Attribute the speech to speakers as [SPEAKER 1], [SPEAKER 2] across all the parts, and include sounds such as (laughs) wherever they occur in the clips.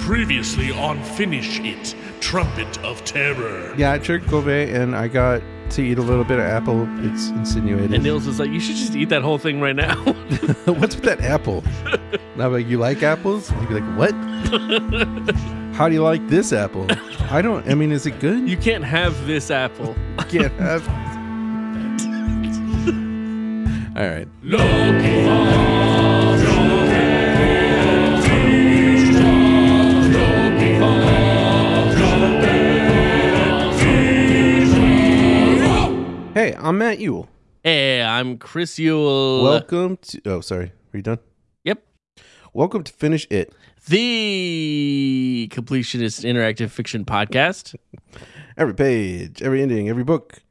[SPEAKER 1] Previously on Finish It, Trumpet of Terror.
[SPEAKER 2] Yeah, I tricked Kobe and I got to eat a little bit of apple. It's insinuated.
[SPEAKER 3] And Nils is like, you should just eat that whole thing right now. (laughs)
[SPEAKER 2] (laughs) What's with that apple? And I'm like, you like apples? And you'd be (laughs) like, what? How do you like this apple? I don't. I mean, is it good?
[SPEAKER 3] you can't have this apple.
[SPEAKER 2] can't have. (laughs) All right. Hey, I'm Matt Ewell.
[SPEAKER 3] Hey, I'm Chris Yule.
[SPEAKER 2] Welcome to. Oh, sorry. Are you done?
[SPEAKER 3] Yep.
[SPEAKER 2] Welcome to Finish It.
[SPEAKER 3] The Completionist Interactive Fiction Podcast.
[SPEAKER 2] Every page, every ending, every book,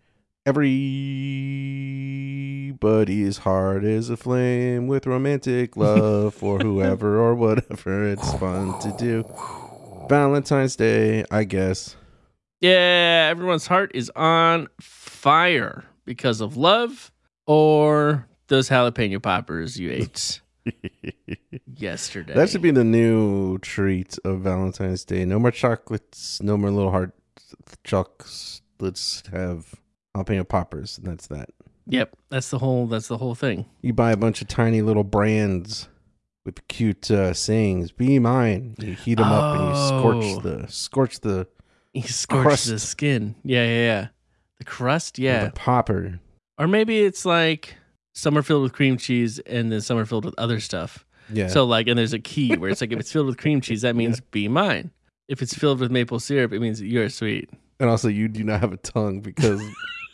[SPEAKER 2] everybody's heart is aflame with romantic love for whoever or whatever it's fun to do. Valentine's Day, I guess.
[SPEAKER 3] Yeah, everyone's heart is on fire because of love or those jalapeno poppers
[SPEAKER 2] (laughs)
[SPEAKER 3] you ate yesterday.
[SPEAKER 2] That should be the new treat of Valentine's Day. No more chocolates, no more little heart chocolates. Let's have jalapeno poppers, and that's that.
[SPEAKER 3] Yep, that's the whole that's the whole thing.
[SPEAKER 2] You buy a bunch of tiny little brands with cute uh, sayings. Be mine. You heat them up and you
[SPEAKER 3] Oh.
[SPEAKER 2] scorch the scorch the,
[SPEAKER 3] You scorch
[SPEAKER 2] Crust.
[SPEAKER 3] the skin. Yeah, yeah, yeah. The crust, yeah.
[SPEAKER 2] the popper.
[SPEAKER 3] Or maybe it's like some are filled with cream cheese and then some are filled with other stuff.
[SPEAKER 2] Yeah.
[SPEAKER 3] So like, and there's a key where it's like, if it's filled with cream cheese, that means be mine. If it's filled with maple syrup, it means you're sweet.
[SPEAKER 2] and also, you do not have a tongue because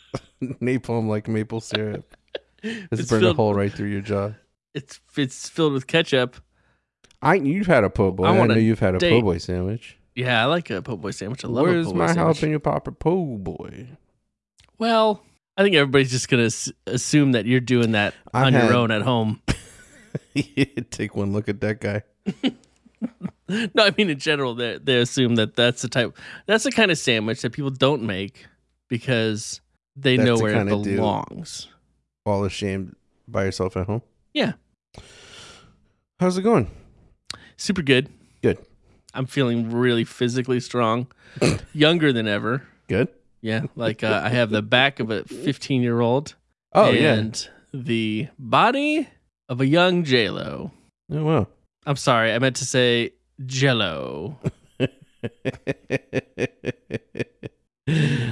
[SPEAKER 2] (laughs) napalm like maple syrup has
[SPEAKER 3] It's
[SPEAKER 2] burned a
[SPEAKER 3] filled-
[SPEAKER 2] hole right through your jaw.
[SPEAKER 3] It's if it's filled with ketchup.
[SPEAKER 2] I you've had a po' boy.
[SPEAKER 3] I
[SPEAKER 2] I,
[SPEAKER 3] want
[SPEAKER 2] know
[SPEAKER 3] a
[SPEAKER 2] you've had a
[SPEAKER 3] date.
[SPEAKER 2] po' boy sandwich.
[SPEAKER 3] Yeah, I like a po' boy sandwich. I love
[SPEAKER 2] Where's
[SPEAKER 3] a po' boy
[SPEAKER 2] my
[SPEAKER 3] sandwich.
[SPEAKER 2] jalapeno popper po' boy? (laughs)
[SPEAKER 3] Well, I think everybody's just gonna s- assume that you're doing that
[SPEAKER 2] I've
[SPEAKER 3] on
[SPEAKER 2] had-
[SPEAKER 3] your own at home. (laughs)
[SPEAKER 2] Take one look at that guy.
[SPEAKER 3] no, I mean in general, they they assume that that's the type, that's the kind of sandwich that people don't make because they
[SPEAKER 2] That's
[SPEAKER 3] know
[SPEAKER 2] the
[SPEAKER 3] where it
[SPEAKER 2] kind I do.
[SPEAKER 3] belongs.
[SPEAKER 2] All ashamed by yourself at home.
[SPEAKER 3] Yeah,
[SPEAKER 2] How's it going?
[SPEAKER 3] super good.
[SPEAKER 2] Good.
[SPEAKER 3] I'm feeling really physically strong, younger than ever.
[SPEAKER 2] Good.
[SPEAKER 3] Yeah, like uh, I have the back of a 15 year old.
[SPEAKER 2] Oh
[SPEAKER 3] and the body of a young J Lo.
[SPEAKER 2] yeah. Oh wow.
[SPEAKER 3] I'm sorry, I meant to say Jello.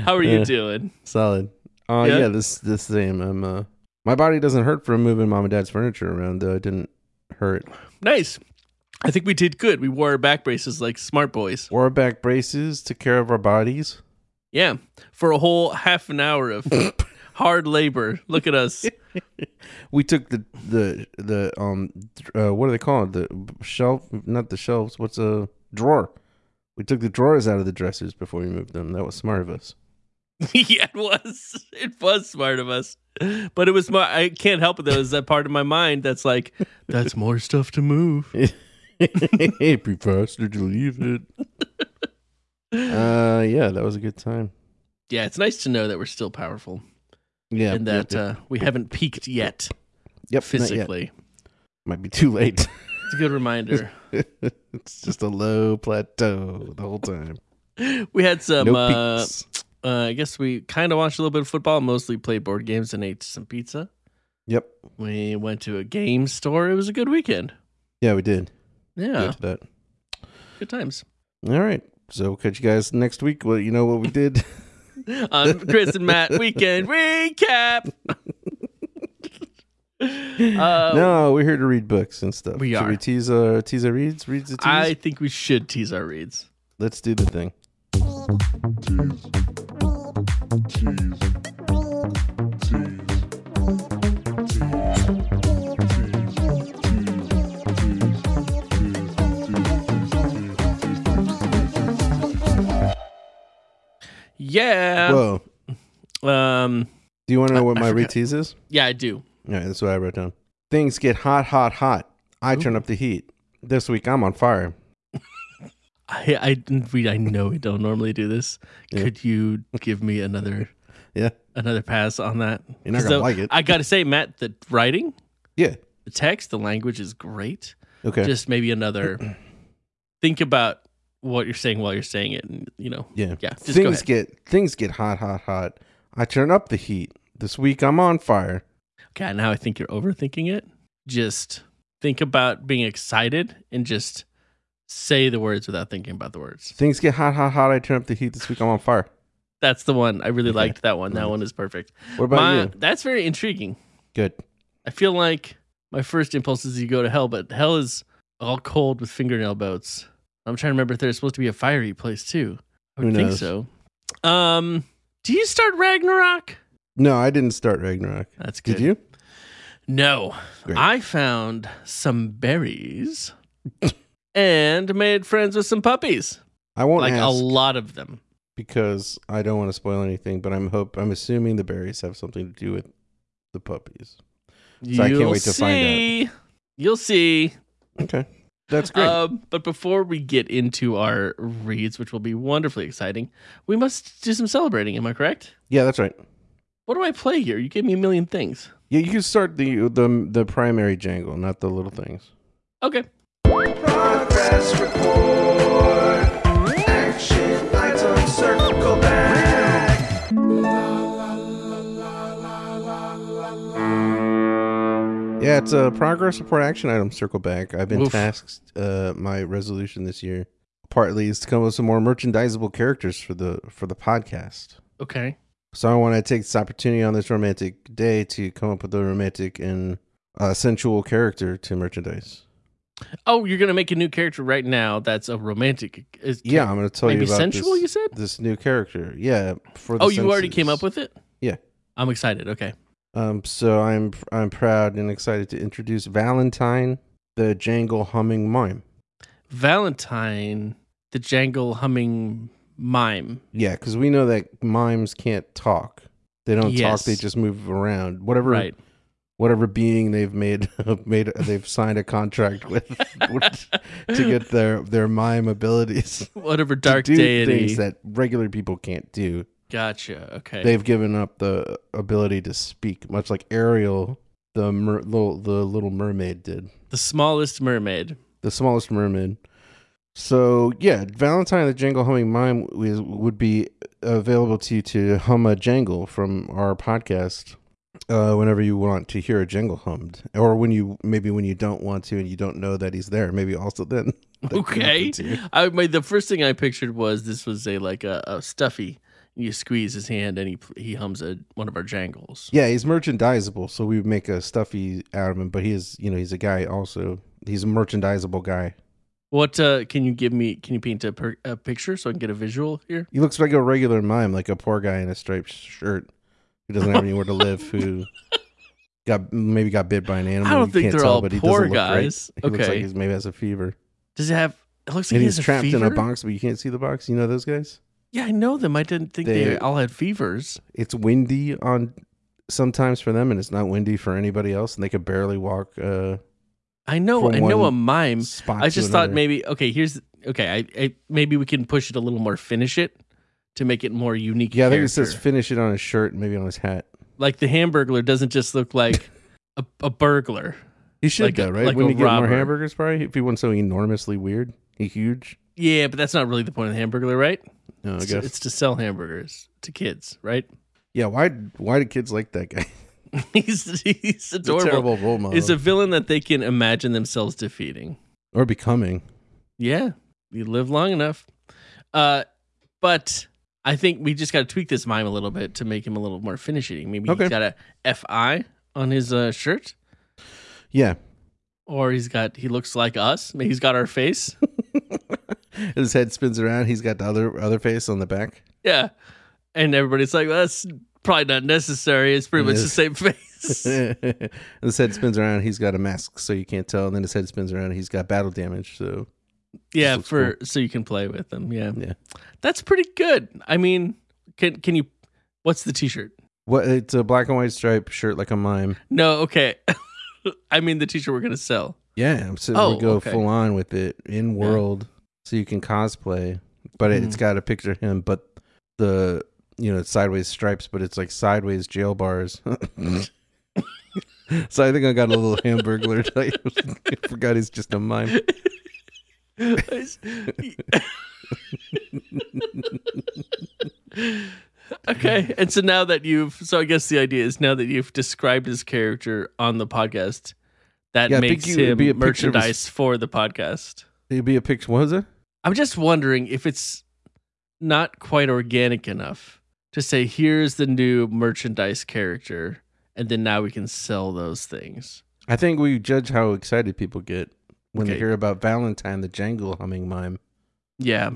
[SPEAKER 3] How are you
[SPEAKER 2] Yeah.
[SPEAKER 3] doing?
[SPEAKER 2] (laughs) Solid. Uh,
[SPEAKER 3] Yeah?
[SPEAKER 2] yeah. this this same. I'm uh, my body doesn't hurt from moving mom and dad's furniture around. Though it didn't hurt.
[SPEAKER 3] Nice. I think we did good. We wore our back braces like smart boys.
[SPEAKER 2] Wore back braces, took care of our bodies.
[SPEAKER 3] Yeah, for a whole half an
[SPEAKER 2] (laughs)
[SPEAKER 3] hour of hard labor. Look at us.
[SPEAKER 2] We took the the the um uh, what are they called? The shelf, not the shelves. What's a drawer? We took the drawers out of the dressers before we moved them. That was smart of us. (laughs)
[SPEAKER 3] (laughs) yeah, it was. It was smart of us. But it was smart. I can't help it though. Is that part of my mind that's like, that's more stuff to move.
[SPEAKER 2] Be faster to leave it. (laughs) Uh, yeah, that was a good time.
[SPEAKER 3] Yeah, it's nice to know that we're still powerful
[SPEAKER 2] Yeah,
[SPEAKER 3] and that uh, we haven't peaked yet
[SPEAKER 2] yep, not yet.
[SPEAKER 3] physically.
[SPEAKER 2] might be too late. (laughs)
[SPEAKER 3] It's a good reminder.
[SPEAKER 2] it's just a low plateau the whole time.
[SPEAKER 3] (laughs) we had some.
[SPEAKER 2] No
[SPEAKER 3] uh,
[SPEAKER 2] peaks.
[SPEAKER 3] uh, I guess we kind of watched a little bit of football, mostly played board games and ate some pizza.
[SPEAKER 2] Yep.
[SPEAKER 3] We went to a game store. It was a good weekend.
[SPEAKER 2] Yeah, we did.
[SPEAKER 3] Yeah,
[SPEAKER 2] Good for
[SPEAKER 3] good times.
[SPEAKER 2] that. All right. So we'll catch you guys next week. Well, you know what we
[SPEAKER 3] (laughs)
[SPEAKER 2] did.
[SPEAKER 3] Um, Chris and Matt
[SPEAKER 2] (laughs)
[SPEAKER 3] weekend recap. (laughs) uh,
[SPEAKER 2] no, we're here to read books and stuff.
[SPEAKER 3] We
[SPEAKER 2] Should
[SPEAKER 3] are.
[SPEAKER 2] we tease uh tease our reads? Reads the tease.
[SPEAKER 3] I think we should tease our reads.
[SPEAKER 2] Let's do the thing.
[SPEAKER 3] Yeah.
[SPEAKER 2] Whoa.
[SPEAKER 3] Um.
[SPEAKER 2] Do you want to know what
[SPEAKER 3] I
[SPEAKER 2] my
[SPEAKER 3] forgot.
[SPEAKER 2] read tease is?
[SPEAKER 3] Yeah, I do.
[SPEAKER 2] All right, that's what I wrote down. Things get hot, hot, hot. I turn up the heat. This week I'm on fire.
[SPEAKER 3] I I we I know we don't normally do this.
[SPEAKER 2] Yeah.
[SPEAKER 3] Could you give me another
[SPEAKER 2] Yeah.
[SPEAKER 3] another pass on that?
[SPEAKER 2] You're not
[SPEAKER 3] 'Cause
[SPEAKER 2] gonna
[SPEAKER 3] the-
[SPEAKER 2] like it.
[SPEAKER 3] I gotta say, Matt, the writing,
[SPEAKER 2] Yeah.
[SPEAKER 3] the text, the language is great.
[SPEAKER 2] Okay.
[SPEAKER 3] Just maybe another. think about what you're saying while you're saying it, and you know,
[SPEAKER 2] Yeah.
[SPEAKER 3] yeah. Just go
[SPEAKER 2] things
[SPEAKER 3] ahead.
[SPEAKER 2] get things get hot, hot, hot. I turn up the heat. This week I'm on fire.
[SPEAKER 3] God, now I think you're overthinking it. Just think about being excited and just say the words without thinking about the words.
[SPEAKER 2] Things get hot, hot, hot. I turn up the heat. This week I'm on fire.
[SPEAKER 3] That's the one. I really
[SPEAKER 2] Okay.
[SPEAKER 3] liked that one. That one is perfect.
[SPEAKER 2] What about
[SPEAKER 3] My-
[SPEAKER 2] you?
[SPEAKER 3] That's very intriguing.
[SPEAKER 2] Good.
[SPEAKER 3] I feel like my first impulse is you go to hell, but hell is all cold with fingernail boats. I'm trying to remember if there's supposed to be a fiery place too. I would
[SPEAKER 2] Who
[SPEAKER 3] think
[SPEAKER 2] knows?
[SPEAKER 3] so. Um, do you start Ragnarok?
[SPEAKER 2] No, I didn't start Ragnarok.
[SPEAKER 3] That's good.
[SPEAKER 2] Did you?
[SPEAKER 3] No.
[SPEAKER 2] Great.
[SPEAKER 3] I found some berries and made friends with some puppies.
[SPEAKER 2] I won't
[SPEAKER 3] like a
[SPEAKER 2] ask
[SPEAKER 3] lot of them.
[SPEAKER 2] because I don't want to spoil anything. But I'm hope I'm assuming the berries have something to do with the puppies. So I can't wait to find out.
[SPEAKER 3] out. You'll see.
[SPEAKER 2] Okay, that's great.
[SPEAKER 3] Um, but before we get into our reads, which will be wonderfully exciting, we must do some celebrating. Am I correct?
[SPEAKER 2] yeah, that's right.
[SPEAKER 3] What do I play here? You gave me a million things.
[SPEAKER 2] Yeah, you can start the the the primary jangle, not the little things.
[SPEAKER 3] Okay.
[SPEAKER 4] Progress report. Action item circle back.
[SPEAKER 2] Yeah, it's a progress report action item. Circle back. I've been
[SPEAKER 3] Oof.
[SPEAKER 2] tasked. Uh, my resolution this year, partly, is to come up with some more merchandisable characters for the for the podcast.
[SPEAKER 3] Okay.
[SPEAKER 2] So I want to take this opportunity on this romantic day to come up with a romantic and uh, sensual character to merchandise.
[SPEAKER 3] Oh, you're gonna make a new character right now. That's a romantic. Is,
[SPEAKER 2] Yeah, I'm going to tell you
[SPEAKER 3] maybe
[SPEAKER 2] about
[SPEAKER 3] sensual.
[SPEAKER 2] this,
[SPEAKER 3] You said.
[SPEAKER 2] this new character. Yeah, for the
[SPEAKER 3] Oh, you already
[SPEAKER 2] senses.
[SPEAKER 3] came up with it.
[SPEAKER 2] Yeah.
[SPEAKER 3] I'm excited. Okay.
[SPEAKER 2] Um, so I'm I'm proud and excited to introduce Valentine, the jangle humming mime.
[SPEAKER 3] Valentine, the jangle humming mime.
[SPEAKER 2] Yeah, because we know that mimes can't talk. They don't
[SPEAKER 3] Yes.
[SPEAKER 2] talk. They just move around. Whatever
[SPEAKER 3] Right.
[SPEAKER 2] whatever being they've made (laughs) made they've signed a contract
[SPEAKER 3] (laughs)
[SPEAKER 2] with to get their their mime abilities. (laughs)
[SPEAKER 3] Whatever dark
[SPEAKER 2] to do
[SPEAKER 3] deity.
[SPEAKER 2] things that regular people can't do.
[SPEAKER 3] gotcha. Okay.
[SPEAKER 2] They've given up the ability to speak, much like Ariel, the mer- little the little mermaid did,
[SPEAKER 3] the smallest mermaid.
[SPEAKER 2] the smallest mermaid. So yeah, Valentine the Jangle Humming Mime is, would be available to you to hum a jangle from our podcast uh, whenever you want to hear a jangle hummed, or when you maybe when you don't want to and you don't know that he's there, maybe also then. (laughs) that can happen
[SPEAKER 3] Okay.
[SPEAKER 2] to you.
[SPEAKER 3] I my, the first thing I pictured was this was a like a, a stuffy. You squeeze his hand and he pl- he hums a, one of our jangles.
[SPEAKER 2] Yeah, he's merchandisable, so we would make a stuffy out of him. But he is, you know, he's a guy also. He's a merchandisable guy.
[SPEAKER 3] What uh, can you give me? Can you paint a, per, a picture so I can get a visual here?
[SPEAKER 2] He looks like a regular mime, like a poor guy in a striped shirt who doesn't have anywhere to live,
[SPEAKER 3] (laughs)
[SPEAKER 2] who got maybe got bit by an animal.
[SPEAKER 3] I don't
[SPEAKER 2] You
[SPEAKER 3] think
[SPEAKER 2] can't
[SPEAKER 3] they're
[SPEAKER 2] tell,
[SPEAKER 3] all
[SPEAKER 2] but he
[SPEAKER 3] poor
[SPEAKER 2] doesn't look right.
[SPEAKER 3] guys.
[SPEAKER 2] He looks like
[SPEAKER 3] Okay.
[SPEAKER 2] he's maybe has a fever,
[SPEAKER 3] Does it have? It looks like
[SPEAKER 2] and
[SPEAKER 3] he
[SPEAKER 2] he's
[SPEAKER 3] has a
[SPEAKER 2] trapped in a
[SPEAKER 3] fever?
[SPEAKER 2] box, but you can't see the box. You know those guys?
[SPEAKER 3] Yeah, I know them. I didn't think they,
[SPEAKER 2] They-
[SPEAKER 3] all had fevers.
[SPEAKER 2] It's windy on sometimes for them, and it's not windy for anybody else, and they could barely walk. Uh,
[SPEAKER 3] I know.
[SPEAKER 2] From
[SPEAKER 3] I know
[SPEAKER 2] one
[SPEAKER 3] a mime.
[SPEAKER 2] spot
[SPEAKER 3] Mm. I
[SPEAKER 2] to
[SPEAKER 3] just thought
[SPEAKER 2] another.
[SPEAKER 3] maybe okay. Here's okay. I, I maybe we can push it a little more. Finish it to make it more unique.
[SPEAKER 2] Yeah, I think it
[SPEAKER 3] character.
[SPEAKER 2] says finish it on his shirt, and maybe on his hat.
[SPEAKER 3] like the Hamburglar doesn't just
[SPEAKER 2] (laughs)
[SPEAKER 3] look like a, a burglar.
[SPEAKER 2] He should
[SPEAKER 3] Like a-
[SPEAKER 2] though, right?
[SPEAKER 3] like
[SPEAKER 2] Wouldn't
[SPEAKER 3] a
[SPEAKER 2] he get
[SPEAKER 3] robber.
[SPEAKER 2] more hamburgers probably if he wasn't so enormously weird, he huge.
[SPEAKER 3] Yeah, but that's not really the point of the Hamburglar, right?
[SPEAKER 2] No, I
[SPEAKER 3] It's-
[SPEAKER 2] guess.
[SPEAKER 3] it's to sell hamburgers to kids, right? (laughs)
[SPEAKER 2] yeah, why why do kids like that guy? (laughs)
[SPEAKER 3] he's he's
[SPEAKER 2] He's a
[SPEAKER 3] adorable.
[SPEAKER 2] terrible role model.
[SPEAKER 3] It's a villain that they can imagine themselves defeating.
[SPEAKER 2] or becoming.
[SPEAKER 3] Yeah, you live long enough. Uh, but I think we just got to tweak this mime a little bit to make him a little more finish eating. Maybe
[SPEAKER 2] Okay.
[SPEAKER 3] he's got a fi on his uh, shirt,
[SPEAKER 2] Yeah,
[SPEAKER 3] or he's got he looks like us. Maybe he's got our face. (laughs)
[SPEAKER 2] his head spins around. He's got the other other face on the back. (laughs)
[SPEAKER 3] yeah, and everybody's like, well, that's probably not necessary. It's pretty
[SPEAKER 2] It
[SPEAKER 3] much the
[SPEAKER 2] is. (laughs)
[SPEAKER 3] same face.
[SPEAKER 2] his head spins around. He's got a mask, so you can't tell. And then his head spins around. He's got battle damage. So
[SPEAKER 3] yeah,
[SPEAKER 2] looks
[SPEAKER 3] for so you can play with them. Yeah,
[SPEAKER 2] Yeah.
[SPEAKER 3] that's pretty good. I mean, can can you? What's the t-shirt?
[SPEAKER 2] what? It's a black and white striped shirt like a mime.
[SPEAKER 3] No, okay. (laughs) I mean the t-shirt we're gonna sell. (laughs)
[SPEAKER 2] Yeah, so
[SPEAKER 3] Oh,
[SPEAKER 2] we go
[SPEAKER 3] okay.
[SPEAKER 2] full on with it in world, so you can cosplay. But it it's
[SPEAKER 3] Mm-hmm.
[SPEAKER 2] got a picture of him, but the you know it's sideways stripes, but it's like sideways jail bars. (laughs) so I think I got a little (laughs) hamburger type. I forgot he's just a mime.
[SPEAKER 3] I Okay. And so now that you've, so I guess the idea is now that you've described his character on the podcast, that
[SPEAKER 2] Yeah, I think
[SPEAKER 3] makes
[SPEAKER 2] it would
[SPEAKER 3] him
[SPEAKER 2] be a picture of his-
[SPEAKER 3] merchandise for the podcast.
[SPEAKER 2] It'd be a picture. What was it?
[SPEAKER 3] I'm just wondering if it's not quite organic enough to say, here's the new merchandise character, and then now we can sell those things.
[SPEAKER 2] I think we judge how excited people get when they
[SPEAKER 3] Okay.
[SPEAKER 2] hear about Valentine, the jangle humming mime,
[SPEAKER 3] Yeah.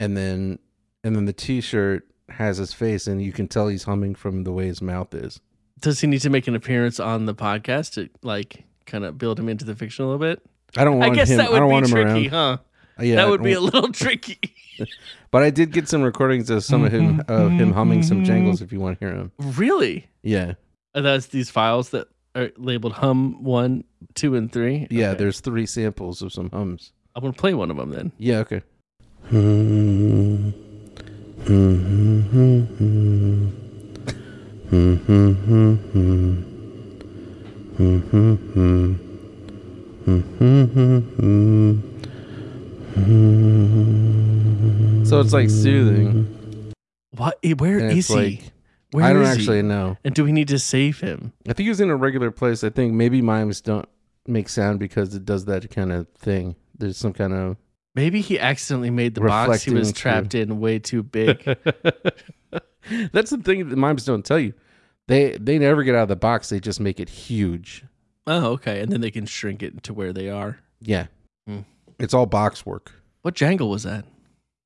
[SPEAKER 2] and then and then the T-shirt has his face, and you can tell he's humming from the way his mouth is.
[SPEAKER 3] Does he need to make an appearance on the podcast to like kind of build him into the fiction a little bit?
[SPEAKER 2] I don't
[SPEAKER 3] I
[SPEAKER 2] want
[SPEAKER 3] guess
[SPEAKER 2] him.
[SPEAKER 3] that
[SPEAKER 2] I don't
[SPEAKER 3] would
[SPEAKER 2] want
[SPEAKER 3] be
[SPEAKER 2] him
[SPEAKER 3] tricky,
[SPEAKER 2] around.
[SPEAKER 3] huh?
[SPEAKER 2] Uh, Yeah,
[SPEAKER 3] that would be
[SPEAKER 2] I
[SPEAKER 3] a
[SPEAKER 2] don't-
[SPEAKER 3] little (laughs) tricky.
[SPEAKER 2] But I did get some recordings of some of him
[SPEAKER 3] Mm-hmm.
[SPEAKER 2] of him humming some jangles. If you want to hear him,
[SPEAKER 3] really?
[SPEAKER 2] yeah,
[SPEAKER 3] Are those these files that are labeled hum one, two, and three?
[SPEAKER 2] yeah.
[SPEAKER 3] Okay.
[SPEAKER 2] There's three samples of some hums.
[SPEAKER 3] I'm gonna play one of them then.
[SPEAKER 2] Yeah, okay. So it's like soothing.
[SPEAKER 3] What? eh, Where
[SPEAKER 2] And
[SPEAKER 3] is
[SPEAKER 2] it's
[SPEAKER 3] he?
[SPEAKER 2] like,
[SPEAKER 3] Where
[SPEAKER 2] I don't
[SPEAKER 3] is he?
[SPEAKER 2] actually know.
[SPEAKER 3] And do we need to save him?
[SPEAKER 2] I think he was in a regular place. I think maybe mimes don't make sound because it does that kind of thing. There's some kind of
[SPEAKER 3] Maybe he accidentally made the box he
[SPEAKER 2] Reflecting
[SPEAKER 3] was
[SPEAKER 2] into-
[SPEAKER 3] trapped in
[SPEAKER 2] (laughs)
[SPEAKER 3] way too big.
[SPEAKER 2] That's the thing that mimes don't tell you. They they never get out of the box. They just make it huge.
[SPEAKER 3] oh, okay. And then they can shrink it to where they are.
[SPEAKER 2] Yeah,
[SPEAKER 3] Hmm.
[SPEAKER 2] it's all box work.
[SPEAKER 3] What jangle was that?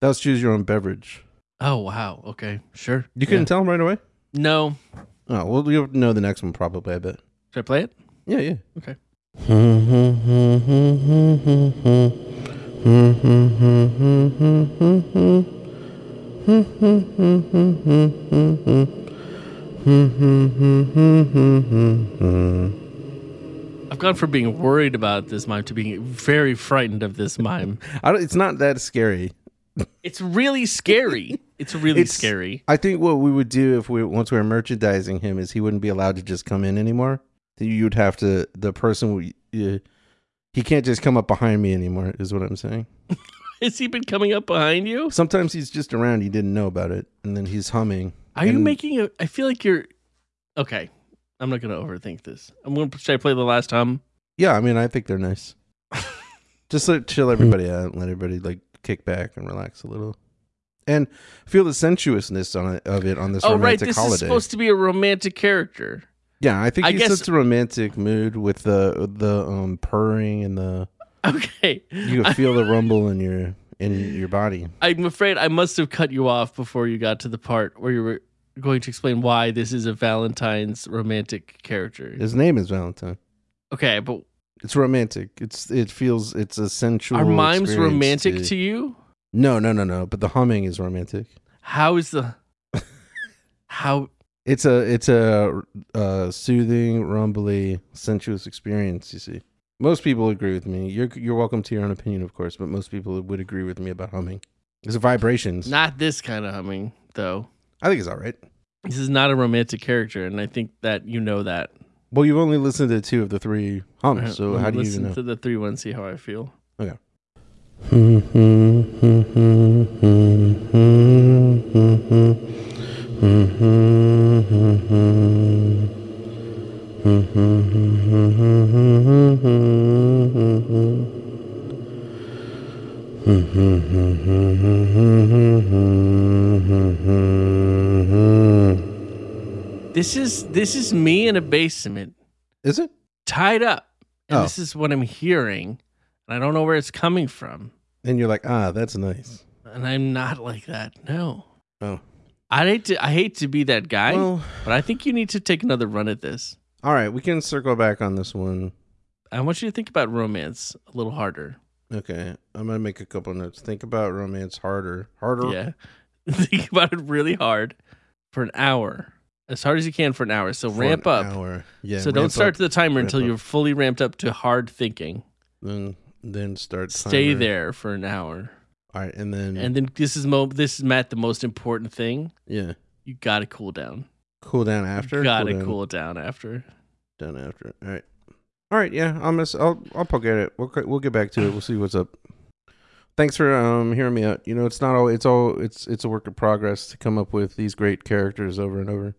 [SPEAKER 2] That was choose your own beverage.
[SPEAKER 3] Oh wow. Okay. Sure.
[SPEAKER 2] You couldn't
[SPEAKER 3] Yeah.
[SPEAKER 2] tell them right away.
[SPEAKER 3] No.
[SPEAKER 2] Oh well, you'll know the next one probably. I bet.
[SPEAKER 3] Should I play it?
[SPEAKER 2] Yeah, yeah.
[SPEAKER 3] Okay. I've gone from being worried about this mime to being very frightened of
[SPEAKER 2] (laughs)
[SPEAKER 3] this mime.
[SPEAKER 2] I don't, it's not that scary.
[SPEAKER 3] It's really scary. It's really
[SPEAKER 2] It's-
[SPEAKER 3] scary.
[SPEAKER 2] I think what we would do if we once we were merchandising him is he wouldn't be allowed to just come in anymore. You'd have to the person we, uh, he can't just come up behind me anymore. Is what I'm saying.
[SPEAKER 3] Has he been coming up behind you?
[SPEAKER 2] Sometimes he's just around. You didn't know about it, and then he's humming.
[SPEAKER 3] Are you
[SPEAKER 2] And-
[SPEAKER 3] making a? I feel like you're. Okay, I'm not gonna overthink this. I'm gonna. Should I play the last hum?
[SPEAKER 2] Yeah, I mean, I think they're
[SPEAKER 3] (laughs)
[SPEAKER 2] nice. just let,
[SPEAKER 3] Hmm.
[SPEAKER 2] chill everybody out, and let everybody like kick back and relax a little, and feel the sensuousness on it, of it on this
[SPEAKER 3] Oh right,
[SPEAKER 2] romantic
[SPEAKER 3] this
[SPEAKER 2] holiday.
[SPEAKER 3] is supposed to be a romantic character. (laughs)
[SPEAKER 2] yeah, I think
[SPEAKER 3] I
[SPEAKER 2] he's
[SPEAKER 3] guess-
[SPEAKER 2] such a romantic mood with the the um, purring and the
[SPEAKER 3] Okay,
[SPEAKER 2] you can feel the rumble in your in your body.
[SPEAKER 3] I'm afraid I must have cut you off before you got to the part where you were going to explain why this is a Valentine's romantic character.
[SPEAKER 2] His name is Valentine.
[SPEAKER 3] Okay, but
[SPEAKER 2] It's romantic. It's it feels it's a sensual.
[SPEAKER 3] are mimes
[SPEAKER 2] experience
[SPEAKER 3] romantic to you?
[SPEAKER 2] No, no, no, no. But the humming is romantic.
[SPEAKER 3] How
[SPEAKER 2] (laughs)
[SPEAKER 3] is the how?
[SPEAKER 2] It's a it's a uh, soothing, rumbly, sensuous experience. You see, most people agree with me. You're you're welcome to your own opinion, of course, but most people would agree with me about humming. It's vibrations.
[SPEAKER 3] Not this kind of humming though.
[SPEAKER 2] I think it's all right.
[SPEAKER 3] This is not a romantic character, and I think that you know that.
[SPEAKER 2] Well, you've only listened to two of the three hums,
[SPEAKER 3] All
[SPEAKER 2] so
[SPEAKER 3] right,
[SPEAKER 2] how do you
[SPEAKER 3] Uh-huh. listen
[SPEAKER 2] even know?
[SPEAKER 3] to the three one? See how I feel.
[SPEAKER 2] okay.
[SPEAKER 3] This is this is me in a basement,
[SPEAKER 2] Is it?
[SPEAKER 3] tied up, and
[SPEAKER 2] Oh.
[SPEAKER 3] this is what I'm hearing, and I don't know where it's coming from,
[SPEAKER 2] And you're like, ah, that's nice.
[SPEAKER 3] and I'm not like that. No,
[SPEAKER 2] Oh.
[SPEAKER 3] I hate to I hate to be that guy,
[SPEAKER 2] Well,
[SPEAKER 3] but I think you need to take another run at this.
[SPEAKER 2] all right, we can circle back on this one.
[SPEAKER 3] I want you to think about romance a little harder.
[SPEAKER 2] Okay, I'm gonna make a couple notes. Think about romance harder, harder.
[SPEAKER 3] Yeah, (laughs) think about it really hard for an hour, as hard as you can for an hour. So
[SPEAKER 2] for
[SPEAKER 3] ramp
[SPEAKER 2] an
[SPEAKER 3] up.
[SPEAKER 2] hour. Yeah.
[SPEAKER 3] so don't
[SPEAKER 2] ramp
[SPEAKER 3] start
[SPEAKER 2] up,
[SPEAKER 3] to the timer
[SPEAKER 2] ramp
[SPEAKER 3] until
[SPEAKER 2] up.
[SPEAKER 3] you're fully ramped up to hard thinking.
[SPEAKER 2] Then then start.
[SPEAKER 3] Stay
[SPEAKER 2] timer.
[SPEAKER 3] there for an hour.
[SPEAKER 2] All right, and then
[SPEAKER 3] And then this is mo- this is Matt the most important thing.
[SPEAKER 2] yeah,
[SPEAKER 3] You got to cool down.
[SPEAKER 2] cool down after.
[SPEAKER 3] got to
[SPEAKER 2] down,
[SPEAKER 3] cool it down after.
[SPEAKER 2] down after. All right. All right. Yeah, I'll miss. I'll I'll poke at it. We'll c- we'll get back to it. We'll see what's up. thanks for um hearing me out. You know, it's not all it's all it's it's a work in progress to come up with these great characters over and over.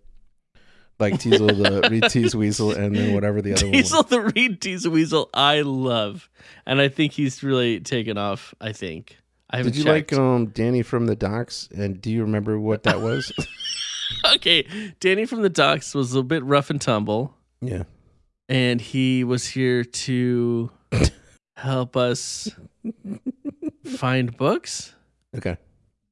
[SPEAKER 2] Like Teasel
[SPEAKER 3] (laughs)
[SPEAKER 2] the Reed Tease Weasel and then whatever the other one was.
[SPEAKER 3] Diesel the Reed Diesel Weasel, I love, and I think he's really taken off. I think I haven't
[SPEAKER 2] Did you
[SPEAKER 3] checked.
[SPEAKER 2] like um Danny from the Docks? And do you remember what that
[SPEAKER 3] (laughs)
[SPEAKER 2] was? uh,
[SPEAKER 3] okay, Danny from the Docks was a bit rough and tumble,
[SPEAKER 2] yeah.
[SPEAKER 3] and he was
[SPEAKER 2] (laughs)
[SPEAKER 3] here to help us find books.
[SPEAKER 2] Okay.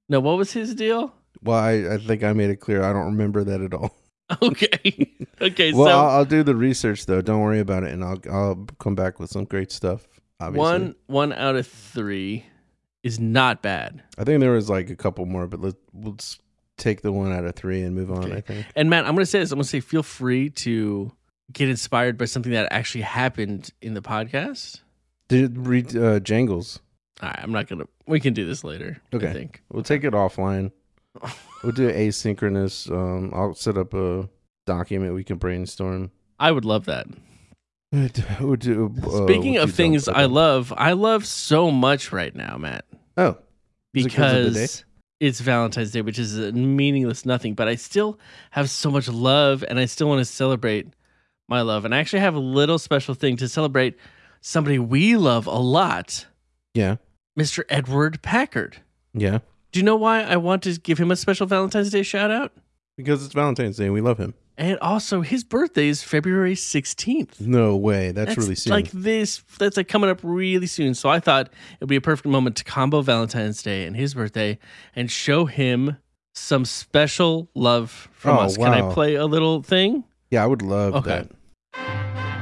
[SPEAKER 3] No, what was his deal? (laughs)
[SPEAKER 2] Well, I, I think I made it clear. I don't remember that at all.
[SPEAKER 3] Okay, (laughs) okay,
[SPEAKER 2] Well, uh,
[SPEAKER 3] so.
[SPEAKER 2] I'll, I'll do the research though. Don't worry about it, and I'll I'll come back with some great stuff. Obviously,
[SPEAKER 3] One one out of three is not bad.
[SPEAKER 2] I think there was like a couple more, but let's let's take the one out of three and move on. I think.
[SPEAKER 3] And Matt, I'm gonna say this. I'm gonna say feel free to get inspired by something that actually happened in the podcast.
[SPEAKER 2] Did it read uh, Jangles?
[SPEAKER 3] All right, I'm not gonna. We can do this later. I
[SPEAKER 2] Okay.
[SPEAKER 3] think.
[SPEAKER 2] We'll take it offline. We'll do asynchronous. Um, I'll set up a document we can brainstorm. (laughs)
[SPEAKER 3] I would love that.
[SPEAKER 2] We'll do, uh,
[SPEAKER 3] Speaking
[SPEAKER 2] we'll
[SPEAKER 3] of
[SPEAKER 2] do
[SPEAKER 3] things
[SPEAKER 2] Junk
[SPEAKER 3] I
[SPEAKER 2] Club.
[SPEAKER 3] love, I love so much right now, Matt,
[SPEAKER 2] Oh, Is it 'cause of the
[SPEAKER 3] because it's Valentine's Day, which is a meaningless nothing. But I still have so much love, and I still want to celebrate my love. And I actually have a little special thing to celebrate somebody we love a lot,
[SPEAKER 2] yeah,
[SPEAKER 3] Mr. Edward Packard.
[SPEAKER 2] yeah.
[SPEAKER 3] Do you know why I want to give him a special Valentine's Day shout out?
[SPEAKER 2] Because it's Valentine's Day, and we love him.
[SPEAKER 3] And also, his birthday is February 16th.
[SPEAKER 2] No way. That's, really soon.
[SPEAKER 3] like this. That's like coming up really soon. So I thought it'd be a perfect moment to combo Valentine's Day and his birthday and show him some special love from
[SPEAKER 2] Oh,
[SPEAKER 3] us. Can I
[SPEAKER 2] wow.
[SPEAKER 3] play a little thing?
[SPEAKER 2] yeah, I would love
[SPEAKER 3] Okay.
[SPEAKER 2] that.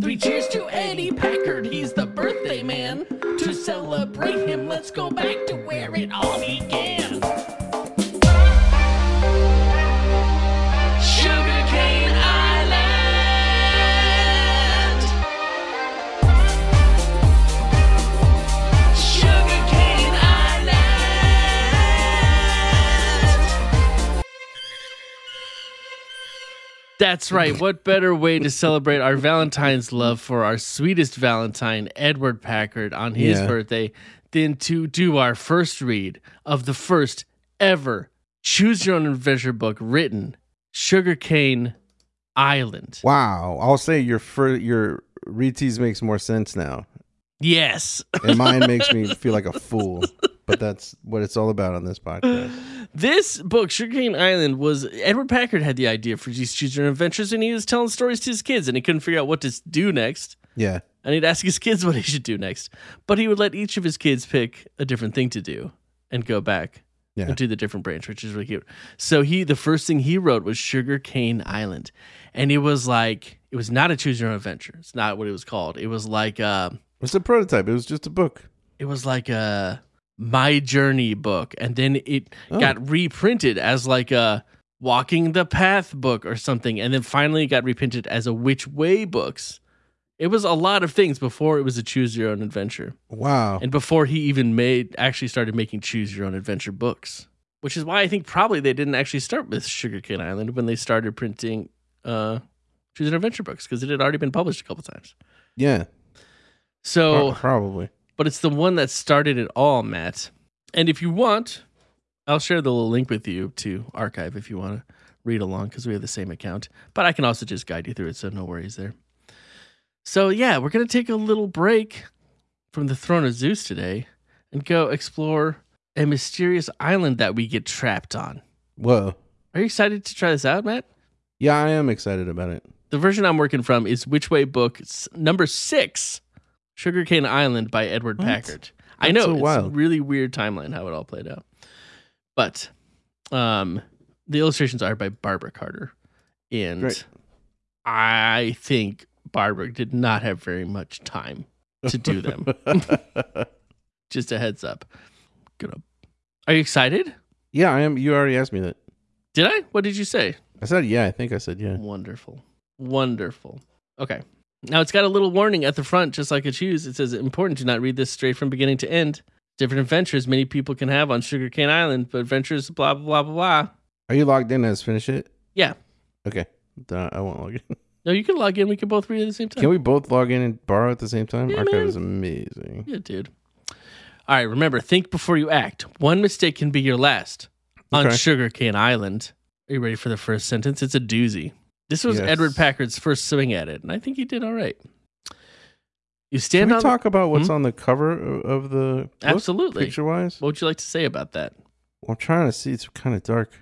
[SPEAKER 3] Three cheers to Eddie Packard. He's the birthday man. To celebrate him, let's go back to where it all began. Sugarcane Island. Sugarcane Island. That's right. What better way to celebrate our Valentine's love for our sweetest Valentine, Edward Packard, on his
[SPEAKER 2] Yeah.
[SPEAKER 3] birthday than to do our first read of the first ever Choose Your Own Adventure book written, Sugarcane Island.
[SPEAKER 2] Wow. I'll say your fir- your retease makes more sense now.
[SPEAKER 3] Yes. (laughs)
[SPEAKER 2] And mine makes me feel like a fool. But that's what it's all about on this podcast.
[SPEAKER 3] This book, Sugarcane Island, was Edward Packard had the idea for these Choose Your Own Adventures, and he was telling stories to his kids, and he couldn't figure out what to s- do next.
[SPEAKER 2] Yeah.
[SPEAKER 3] and he'd ask his kids what he should do next. But he would let each of his kids pick a different thing to do and go back
[SPEAKER 2] Yeah.
[SPEAKER 3] and do the different branch, which is really cute. So he, the first thing he wrote was Sugar Cane Island, and it was like it was not a choose your own adventure. It's not what it was called. It was like uh,
[SPEAKER 2] It's a prototype. It was just a book.
[SPEAKER 3] it was like a my journey book, and then it
[SPEAKER 2] Oh.
[SPEAKER 3] got reprinted as like a walking the path book or something, and then finally it got reprinted as a which way books. It was a lot of things before it was a choose your own adventure
[SPEAKER 2] Wow.
[SPEAKER 3] and before he even made actually started making choose your own adventure books which is why i think probably they didn't actually start with sugarcane island when they started printing uh choose your own adventure books because it had already been published a couple times
[SPEAKER 2] yeah. Pro-
[SPEAKER 3] so
[SPEAKER 2] probably.
[SPEAKER 3] but it's the one that started it all matt and if you want i'll share the little link with you to archive if you want to read along because we have the same account but i can also just guide you through it so no worries there so yeah we're gonna take a little break from the throne of zeus today and go explore a mysterious island that we get trapped on
[SPEAKER 2] Whoa.
[SPEAKER 3] are you excited to try this out matt
[SPEAKER 2] Yeah, I am excited about it.
[SPEAKER 3] the version i'm working from is which way book s- number six sugarcane island by edward
[SPEAKER 2] What?
[SPEAKER 3] packard i
[SPEAKER 2] That's
[SPEAKER 3] know
[SPEAKER 2] so
[SPEAKER 3] it's a
[SPEAKER 2] wild.
[SPEAKER 3] really weird timeline how it all played out but um the illustrations are by barbara carter and
[SPEAKER 2] Great.
[SPEAKER 3] i think barbara did not have very much time to do
[SPEAKER 2] (laughs)
[SPEAKER 3] them (laughs) just a heads up gonna are you excited
[SPEAKER 2] yeah, I am. You already asked me that.
[SPEAKER 3] did i what did you say
[SPEAKER 2] I said, yeah, I think I said, (laughs) yeah.
[SPEAKER 3] Wonderful. Wonderful. Okay. Now it's got a little warning at the front, just like a choose. It says important to not read this straight from beginning to end. Different adventures many people can have on Sugarcane Island, but adventures blah blah blah blah blah.
[SPEAKER 2] Are you logged in as Finish It?
[SPEAKER 3] Yeah.
[SPEAKER 2] Okay. Uh, I won't log in.
[SPEAKER 3] No, you can log in. We can both read at the same time.
[SPEAKER 2] Can we both log in and borrow at the same time?
[SPEAKER 3] Yeah,
[SPEAKER 2] Archive
[SPEAKER 3] man.
[SPEAKER 2] is amazing.
[SPEAKER 3] Yeah, dude. All right, remember, think before you act. One mistake can be your last. On
[SPEAKER 2] Okay.
[SPEAKER 3] Sugarcane Island. Are you ready for the first sentence? It's a doozy. This was
[SPEAKER 2] Yes.
[SPEAKER 3] Edward Packard's first swing at it, and I think he did all right. You
[SPEAKER 2] Can
[SPEAKER 3] stand
[SPEAKER 2] we
[SPEAKER 3] on. Hmm?
[SPEAKER 2] talk about what's on the cover o- of the
[SPEAKER 3] Absolutely.
[SPEAKER 2] picture wise?
[SPEAKER 3] what would you like to say about that?
[SPEAKER 2] I'm trying to see. It's kind of dark.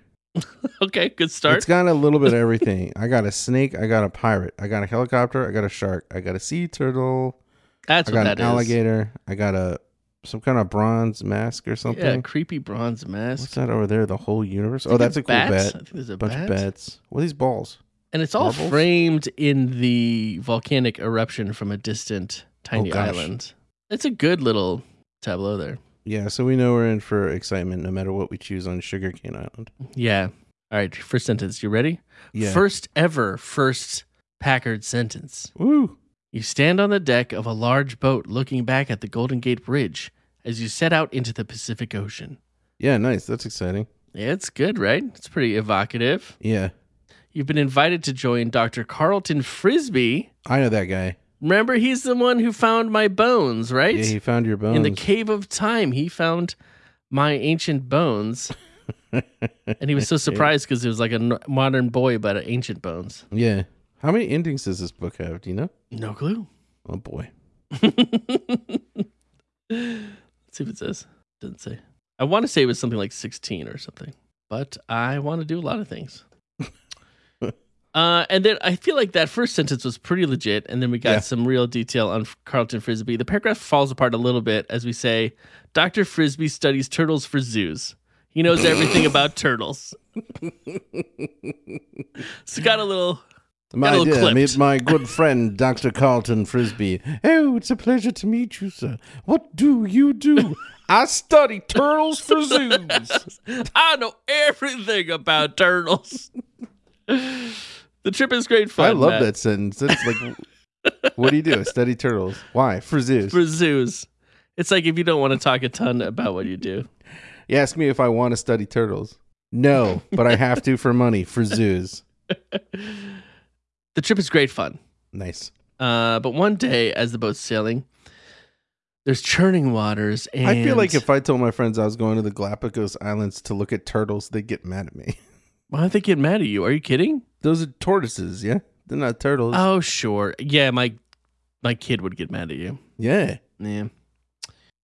[SPEAKER 3] Okay, good start.
[SPEAKER 2] It's got a little
[SPEAKER 3] (laughs)
[SPEAKER 2] bit of everything. I got a snake. I got a pirate. I got a helicopter. I got a shark. I got a sea turtle.
[SPEAKER 3] That's
[SPEAKER 2] I
[SPEAKER 3] what
[SPEAKER 2] got
[SPEAKER 3] that
[SPEAKER 2] an
[SPEAKER 3] is.
[SPEAKER 2] alligator. I got a some kind of bronze mask or
[SPEAKER 3] Yeah,
[SPEAKER 2] something.
[SPEAKER 3] creepy bronze mask.
[SPEAKER 2] What's that over there? The whole universe. Oh,
[SPEAKER 3] I think
[SPEAKER 2] that's a cool
[SPEAKER 3] bats.
[SPEAKER 2] bat.
[SPEAKER 3] I think there's a
[SPEAKER 2] bunch
[SPEAKER 3] bat.
[SPEAKER 2] of bats. What are these balls?
[SPEAKER 3] And it's all
[SPEAKER 2] Marbles?
[SPEAKER 3] framed in the volcanic eruption from a distant tiny
[SPEAKER 2] Oh, gosh.
[SPEAKER 3] island. It's a good little tableau there.
[SPEAKER 2] Yeah, so we know we're in for excitement no matter what we choose on Sugarcane Island.
[SPEAKER 3] Yeah. All right, first sentence. You ready?
[SPEAKER 2] Yeah.
[SPEAKER 3] First ever first Packard sentence.
[SPEAKER 2] Woo.
[SPEAKER 3] You stand on the deck of a large boat looking back at the Golden Gate Bridge as you set out into the Pacific Ocean.
[SPEAKER 2] Yeah, nice. That's exciting.
[SPEAKER 3] Yeah, it's good, right? It's pretty evocative.
[SPEAKER 2] Yeah.
[SPEAKER 3] You've been invited to join Dr. Carlton Frisbee.
[SPEAKER 2] I know that guy.
[SPEAKER 3] Remember, he's the one who found my bones, right?
[SPEAKER 2] Yeah, he found your bones.
[SPEAKER 3] In the cave of time, he found my
[SPEAKER 2] (laughs)
[SPEAKER 3] ancient bones. and he was so surprised because it was like a n- modern boy, but a ancient bones.
[SPEAKER 2] yeah. How many endings does this book have? Do you know?
[SPEAKER 3] No clue.
[SPEAKER 2] Oh boy.
[SPEAKER 3] Let's see if it says. Didn't say. I want to say it was something like 16 or something, but I want to do a lot
[SPEAKER 2] (laughs)
[SPEAKER 3] of things. uh, and then I feel like that first sentence was pretty legit. And then we got
[SPEAKER 2] Yeah.
[SPEAKER 3] some real detail on Carlton Frisbee. The paragraph falls apart a little bit as we say Dr. Frisbee studies turtles for zoos. He
[SPEAKER 2] (laughs)
[SPEAKER 3] knows everything about turtles. so got a little.
[SPEAKER 2] My
[SPEAKER 3] little
[SPEAKER 2] dear,
[SPEAKER 3] clipped.
[SPEAKER 2] meet my good
[SPEAKER 3] (laughs)
[SPEAKER 2] friend Dr. Carlton Frisbee. Oh, it's a pleasure to meet you, sir. What do you do? I study turtles
[SPEAKER 3] (laughs)
[SPEAKER 2] for zoos.
[SPEAKER 3] I know everything about turtles. (laughs) the trip is great fun.
[SPEAKER 2] I love
[SPEAKER 3] Matt.
[SPEAKER 2] that sentence. That's like what do you do? I study turtles. Why? For zoos.
[SPEAKER 3] (laughs) for zoos. It's like if you don't want to talk a ton about what you do.
[SPEAKER 2] You ask me if I want to study turtles. No, but I have to for money for zoos.
[SPEAKER 3] The trip is great fun.
[SPEAKER 2] Nice.
[SPEAKER 3] Uh, but one day, as the boat's sailing, there's churning waters. And
[SPEAKER 2] I feel like if I told my friends I was going to the Galapagos Islands to look at turtles, they'd get mad at me. (laughs)
[SPEAKER 3] Why don't they get mad at you? Are you kidding?
[SPEAKER 2] Those are tortoises, yeah? They're not turtles.
[SPEAKER 3] Oh, sure. Yeah, my my kid would get mad at you.
[SPEAKER 2] yeah.
[SPEAKER 3] Yeah.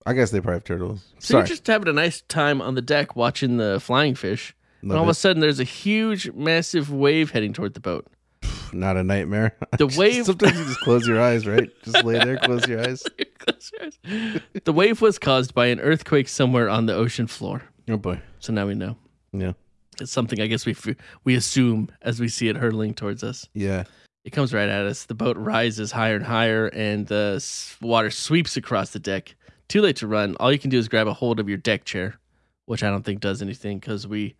[SPEAKER 2] I guess they probably have turtles.
[SPEAKER 3] So
[SPEAKER 2] Sorry.
[SPEAKER 3] you're just having a nice time on the deck watching the flying fish.
[SPEAKER 2] Love
[SPEAKER 3] and all
[SPEAKER 2] it.
[SPEAKER 3] of a sudden, there's a huge, massive wave heading toward the boat.
[SPEAKER 2] (laughs) not a nightmare. (laughs)
[SPEAKER 3] The wave-
[SPEAKER 2] Sometimes you just close your eyes, right? Just lay
[SPEAKER 3] (laughs)
[SPEAKER 2] there, close your eyes.
[SPEAKER 3] Close your eyes. (laughs) the wave was caused by an earthquake somewhere on the ocean floor.
[SPEAKER 2] Oh boy.
[SPEAKER 3] So now we know.
[SPEAKER 2] Yeah.
[SPEAKER 3] It's something I guess we f- we assume as we see it hurtling towards us.
[SPEAKER 2] Yeah. (laughs)
[SPEAKER 3] It comes right at us. The boat rises higher and higher, and the s- water sweeps across the deck. Too late to run. All you can do is grab a hold of your deck chair, which I don't think does anything because we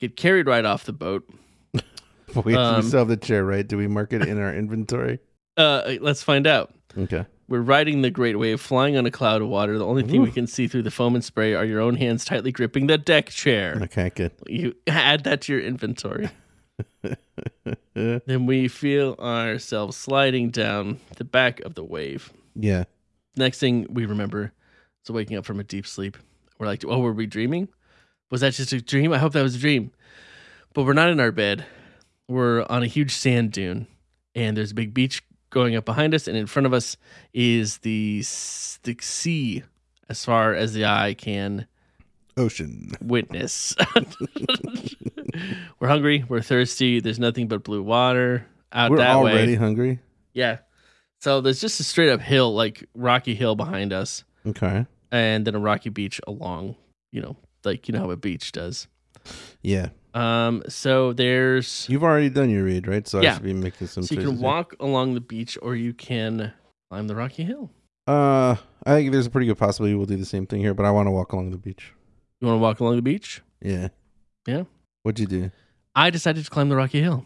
[SPEAKER 3] get carried right off the boat.
[SPEAKER 2] We,
[SPEAKER 3] Um,
[SPEAKER 2] we still have the chair, right? Do we mark it in our inventory?
[SPEAKER 3] Uh, let's find out.
[SPEAKER 2] Okay.
[SPEAKER 3] We're riding the great wave, flying on a cloud of water. The only thing we
[SPEAKER 2] Ooh.
[SPEAKER 3] can see through the foam and spray are your own hands tightly gripping the deck chair.
[SPEAKER 2] Okay, good.
[SPEAKER 3] You (laughs) add that to your inventory. then we feel ourselves sliding down the back of the wave.
[SPEAKER 2] Yeah.
[SPEAKER 3] Next thing we remember is waking up from a deep sleep. We're like, oh, were we dreaming? Was that just a dream? I hope that was a dream. But we're not in our bed. We're on a huge sand dune, and there's a big beach going up behind us, and in front of us is the, s- the sea as far as the eye can
[SPEAKER 2] Ocean.
[SPEAKER 3] witness. (laughs) we're hungry. We're thirsty. There's nothing but blue water out
[SPEAKER 2] We're
[SPEAKER 3] that
[SPEAKER 2] already
[SPEAKER 3] way.
[SPEAKER 2] hungry.
[SPEAKER 3] Yeah. So there's just a straight up hill, like rocky hill behind us,
[SPEAKER 2] Okay.
[SPEAKER 3] and then a rocky beach along. You know, like you know how a beach does.
[SPEAKER 2] Yeah.
[SPEAKER 3] Um. So there's
[SPEAKER 2] You've already done your read, right? So I
[SPEAKER 3] Yeah.
[SPEAKER 2] should be making some
[SPEAKER 3] so you
[SPEAKER 2] choices
[SPEAKER 3] can
[SPEAKER 2] here.
[SPEAKER 3] walk along the beach, or you can climb the rocky hill.
[SPEAKER 2] Uh, I think there's a pretty good possibility we'll do the same thing here, but I want to walk along the beach.
[SPEAKER 3] You want to walk along the beach?
[SPEAKER 2] Yeah.
[SPEAKER 3] Yeah.
[SPEAKER 2] What'd you do?
[SPEAKER 3] I decided to climb the rocky hill.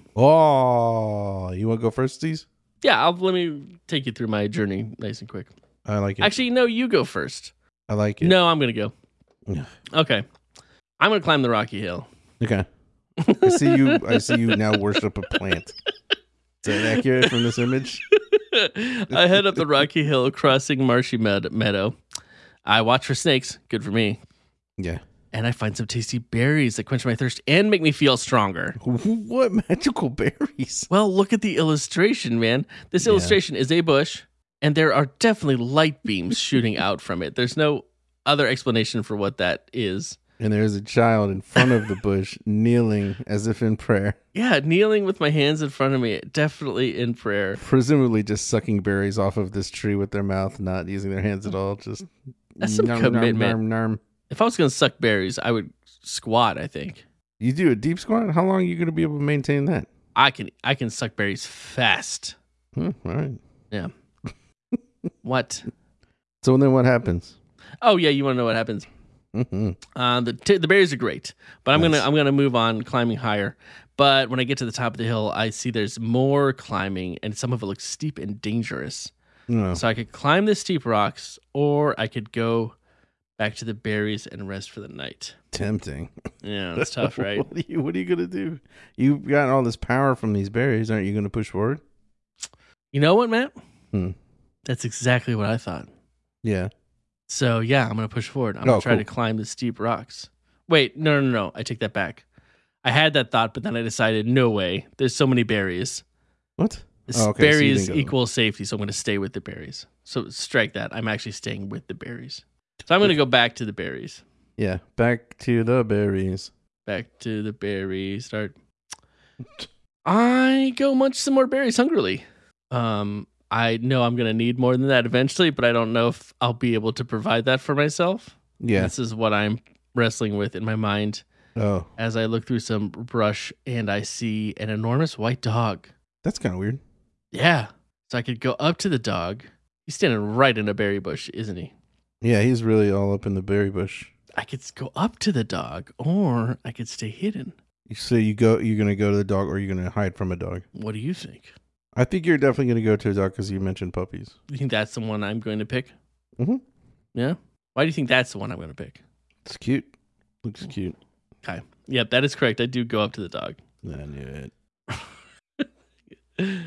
[SPEAKER 2] Oh, you want to go first, please?
[SPEAKER 3] Yeah, I'll, let me take you through my journey nice and quick.
[SPEAKER 2] I like it.
[SPEAKER 3] Actually, no, you go first.
[SPEAKER 2] I like it.
[SPEAKER 3] No, I'm gonna go.
[SPEAKER 2] Yeah.
[SPEAKER 3] okay. I'm gonna climb the rocky hill. (laughs)
[SPEAKER 2] Okay. I see you. I see you now worship a plant. Is that accurate from this image?
[SPEAKER 3] I head up the rocky hill, crossing marshy med- meadow. I watch for snakes. Good for me.
[SPEAKER 2] Yeah.
[SPEAKER 3] And I find some tasty berries that quench my thirst and make me feel stronger.
[SPEAKER 2] What magical berries?
[SPEAKER 3] Well, look at the illustration, man. This illustration is a bush, and there are definitely light beams shooting out from it. There's no other explanation for what that is.
[SPEAKER 2] And there is a child in front of the bush, kneeling as if in prayer,
[SPEAKER 3] Yeah, kneeling with my hands in front of me, definitely in prayer.
[SPEAKER 2] presumably just sucking berries off of this tree with their mouth, not using their hands at all. Just
[SPEAKER 3] That's some
[SPEAKER 2] nom, nom,
[SPEAKER 3] commitment.
[SPEAKER 2] nom, nom.
[SPEAKER 3] If I was going to suck berries, I would squat, I think.
[SPEAKER 2] You do a deep squat. How long are you going to be able to maintain that?
[SPEAKER 3] I can I can suck berries fast.
[SPEAKER 2] Hmm, all right.
[SPEAKER 3] Yeah. what?
[SPEAKER 2] So then, what happens?
[SPEAKER 3] Oh yeah, you want to know what happens?
[SPEAKER 2] hmm
[SPEAKER 3] Uh, the t- the berries are great, but I'm
[SPEAKER 2] Nice.
[SPEAKER 3] gonna I'm gonna move on climbing higher. But when I get to the top of the hill, I see there's more climbing, and some of it looks steep and dangerous.
[SPEAKER 2] No.
[SPEAKER 3] So I could climb the steep rocks, or I could go back to the berries and rest for the night.
[SPEAKER 2] Tempting.
[SPEAKER 3] Yeah,
[SPEAKER 2] (laughs)
[SPEAKER 3] it's tough, right?
[SPEAKER 2] What are you What are you gonna do? You've got all this power from these berries. Aren't you gonna push forward?
[SPEAKER 3] You know what, Matt?
[SPEAKER 2] Hmm.
[SPEAKER 3] That's exactly what I thought.
[SPEAKER 2] Yeah.
[SPEAKER 3] So yeah, I'm gonna push forward. I'm gonna
[SPEAKER 2] Oh,
[SPEAKER 3] try to
[SPEAKER 2] cool.
[SPEAKER 3] climb the steep rocks. Wait, no, no, no. I take that back. I had that thought, but then I decided, no way. There's so many berries.
[SPEAKER 2] What?
[SPEAKER 3] This
[SPEAKER 2] Oh, okay, so you
[SPEAKER 3] berries
[SPEAKER 2] didn't go-
[SPEAKER 3] equal safety, so I'm gonna stay with the berries. So strike that. I'm actually staying with the berries. So I'm gonna go back to the berries.
[SPEAKER 2] Yeah. Back to the berries.
[SPEAKER 3] Back to the berries. Start. I go munch some more berries hungrily. Um, I know I'm gonna need more than that eventually, but I don't know if I'll be able to provide that for myself.
[SPEAKER 2] Yeah.
[SPEAKER 3] This is what I'm wrestling with in my mind
[SPEAKER 2] Oh,
[SPEAKER 3] as I look through some brush and I see an enormous white dog.
[SPEAKER 2] that's kind of weird.
[SPEAKER 3] Yeah. So I could go up to the dog. He's standing right in a berry bush, isn't he?
[SPEAKER 2] Yeah, he's really all up in the berry bush.
[SPEAKER 3] I could go up to the dog or I could stay hidden.
[SPEAKER 2] So you go. You're gonna go to the dog, or you're gonna hide from a dog.
[SPEAKER 3] What do you think?
[SPEAKER 2] I think you're definitely gonna go to a dog because you mentioned puppies.
[SPEAKER 3] You think that's the one I'm going to pick?
[SPEAKER 2] Mhm.
[SPEAKER 3] Yeah. Why do you think that's the one I'm going to pick?
[SPEAKER 2] It's cute. Looks
[SPEAKER 3] Mm.
[SPEAKER 2] cute.
[SPEAKER 3] Yep, that is correct. I do go up to the dog. (laughs)
[SPEAKER 2] I knew it. (laughs)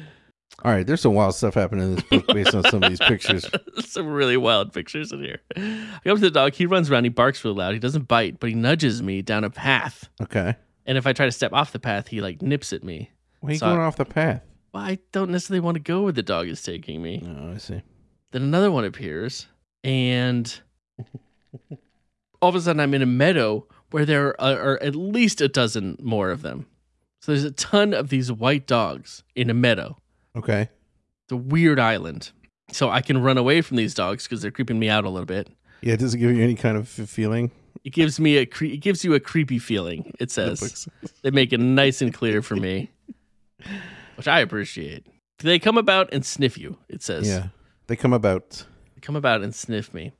[SPEAKER 2] All right, there's some wild stuff happening in this book based on some of these (laughs) pictures.
[SPEAKER 3] some really wild pictures in here. I go up to the dog. He runs around. He barks really loud. He doesn't bite, but he nudges me down a path.
[SPEAKER 2] Okay.
[SPEAKER 3] And if I try to step off the path, he like nips at me.
[SPEAKER 2] Why are you
[SPEAKER 3] So-
[SPEAKER 2] going off the path?
[SPEAKER 3] Well, I don't necessarily want to go where the dog is taking me.
[SPEAKER 2] Oh, I see.
[SPEAKER 3] Then another one appears, and (laughs) all of a sudden I'm in a meadow where there are, are at least a dozen more of them. So there's a ton of these white dogs in a meadow.
[SPEAKER 2] Okay.
[SPEAKER 3] It's a weird island. So I can run away from these dogs because they're creeping me out a little bit.
[SPEAKER 2] Yeah, it doesn't give you any kind of f- feeling.
[SPEAKER 3] It gives me a cre- it gives you a creepy feeling. It says they make it nice and clear for me, which I appreciate. They come about and sniff you. It says
[SPEAKER 2] Yeah. They come about.
[SPEAKER 3] They come about and sniff me.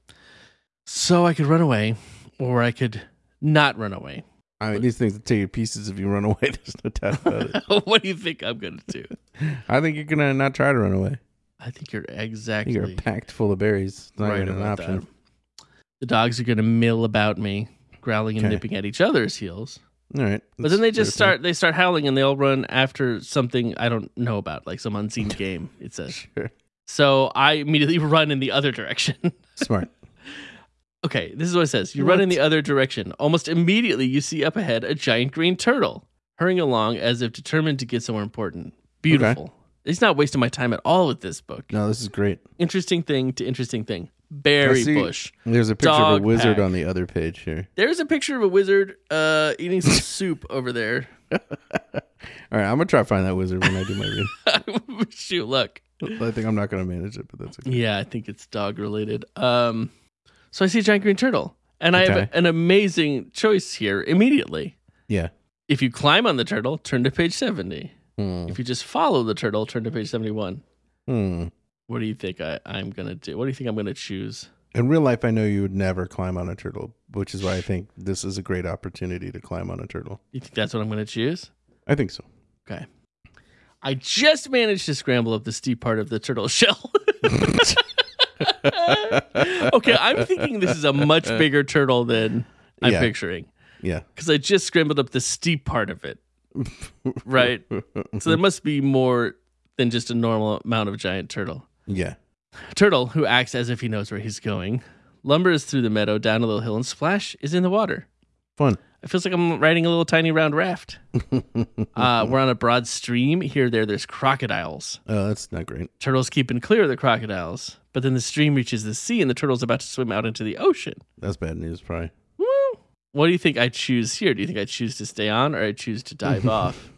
[SPEAKER 3] So I could run away, or I could not run away. (laughs)
[SPEAKER 2] I mean, these things will tear you to pieces if you run away. (laughs) There's no doubt about (laughs) it.
[SPEAKER 3] what do you think I'm gonna do?
[SPEAKER 2] I think you're gonna not try to run away.
[SPEAKER 3] I think you're
[SPEAKER 2] I think you're
[SPEAKER 3] exactly
[SPEAKER 2] packed full of berries. It's not
[SPEAKER 3] right
[SPEAKER 2] even an
[SPEAKER 3] about
[SPEAKER 2] option.
[SPEAKER 3] that. The dogs are gonna mill about me, growling and
[SPEAKER 2] Okay.
[SPEAKER 3] nipping at each other's heels.
[SPEAKER 2] All right.
[SPEAKER 3] But then they just start they start howling and they all run after something I don't know about, like
[SPEAKER 2] (laughs)
[SPEAKER 3] some unseen game, it says.
[SPEAKER 2] Sure.
[SPEAKER 3] So I immediately (laughs) run in the other direction. (laughs)
[SPEAKER 2] Smart.
[SPEAKER 3] okay, this is what it says. You run in
[SPEAKER 2] What?
[SPEAKER 3] the other direction. Almost immediately you see up ahead a giant green turtle hurrying along as if determined to get somewhere important. Beautiful. He's not wasting my time at all with this book.
[SPEAKER 2] No, this is
[SPEAKER 3] (laughs)
[SPEAKER 2] great.
[SPEAKER 3] Interesting thing to interesting thing.
[SPEAKER 2] I
[SPEAKER 3] Berry
[SPEAKER 2] see-
[SPEAKER 3] bush.
[SPEAKER 2] There's a picture of
[SPEAKER 3] Dog
[SPEAKER 2] a wizard
[SPEAKER 3] pack.
[SPEAKER 2] on the other page here.
[SPEAKER 3] There's a picture of a wizard uh, eating some (laughs) soup over there. (laughs)
[SPEAKER 2] All right, I'm gonna try to find that wizard when I do my read.
[SPEAKER 3] I wish you luck.
[SPEAKER 2] I think I'm not gonna manage it, but that's okay.
[SPEAKER 3] Yeah, I think it's dog related. Um, so I see a giant green turtle, and I have
[SPEAKER 2] Okay.
[SPEAKER 3] a- an amazing choice here immediately.
[SPEAKER 2] Yeah.
[SPEAKER 3] If you climb on the turtle, turn to page 70.
[SPEAKER 2] Hmm.
[SPEAKER 3] If you just follow the turtle, turn to page 71.
[SPEAKER 2] Hmm.
[SPEAKER 3] What do you think I, I'm going to do? What do you think I'm going to choose?
[SPEAKER 2] In real life, I know you would never climb on a turtle, which is why I think this is a great opportunity to climb on a turtle.
[SPEAKER 3] You think that's what I'm going to choose?
[SPEAKER 2] I think so.
[SPEAKER 3] Okay. I just managed to scramble up the steep part of the
[SPEAKER 2] (laughs)
[SPEAKER 3] turtle (laughs) shell. okay, I'm thinking this is a much bigger turtle than I'm
[SPEAKER 2] Yeah.
[SPEAKER 3] picturing.
[SPEAKER 2] Yeah.
[SPEAKER 3] because I just scrambled up the steep part of it. right. So there must be more than just a normal amount of giant turtle.
[SPEAKER 2] Yeah.
[SPEAKER 3] Turtle, who acts as if he knows where he's going, lumbers through the meadow down a little hill and splash is in the water.
[SPEAKER 2] Fun.
[SPEAKER 3] It feels like I'm riding a little tiny round raft. uh, we're on a broad stream. Here, there, there's crocodiles.
[SPEAKER 2] Oh, that's not great.
[SPEAKER 3] Turtles keeping clear of the crocodiles, but then the stream reaches the sea and the turtle's about to swim out into the ocean.
[SPEAKER 2] That's bad news, probably. (laughs)
[SPEAKER 3] Woo! What do you think I choose here? Do you think I choose to stay on or I choose to dive off?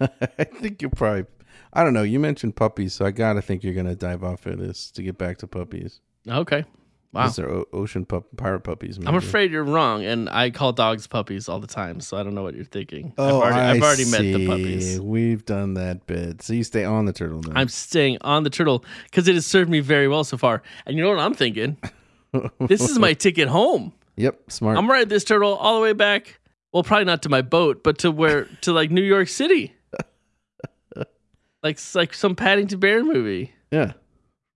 [SPEAKER 2] I think you're probably. I don't know. You mentioned puppies, so I gotta think you're gonna dive off of this to get back to puppies.
[SPEAKER 3] Okay. Wow.
[SPEAKER 2] These are o- ocean pup- pirate puppies.
[SPEAKER 3] I'm
[SPEAKER 2] maybe.
[SPEAKER 3] afraid you're wrong, and I call dogs puppies all the time, so I don't know what you're thinking.
[SPEAKER 2] Oh,
[SPEAKER 3] I've already,
[SPEAKER 2] I
[SPEAKER 3] have already met the
[SPEAKER 2] see.
[SPEAKER 3] puppies.
[SPEAKER 2] We've done that bit. So you stay on the turtle now.
[SPEAKER 3] I'm staying on the turtle because it has served me very well so far. And you know what
[SPEAKER 2] (laughs)
[SPEAKER 3] I'm thinking? this is my ticket home.
[SPEAKER 2] yep, smart.
[SPEAKER 3] I'm gonna ride this turtle all the way back. Well, probably not to my boat, but to where to like New
[SPEAKER 2] (laughs)
[SPEAKER 3] York City, like like some Paddington Bear movie.
[SPEAKER 2] yeah,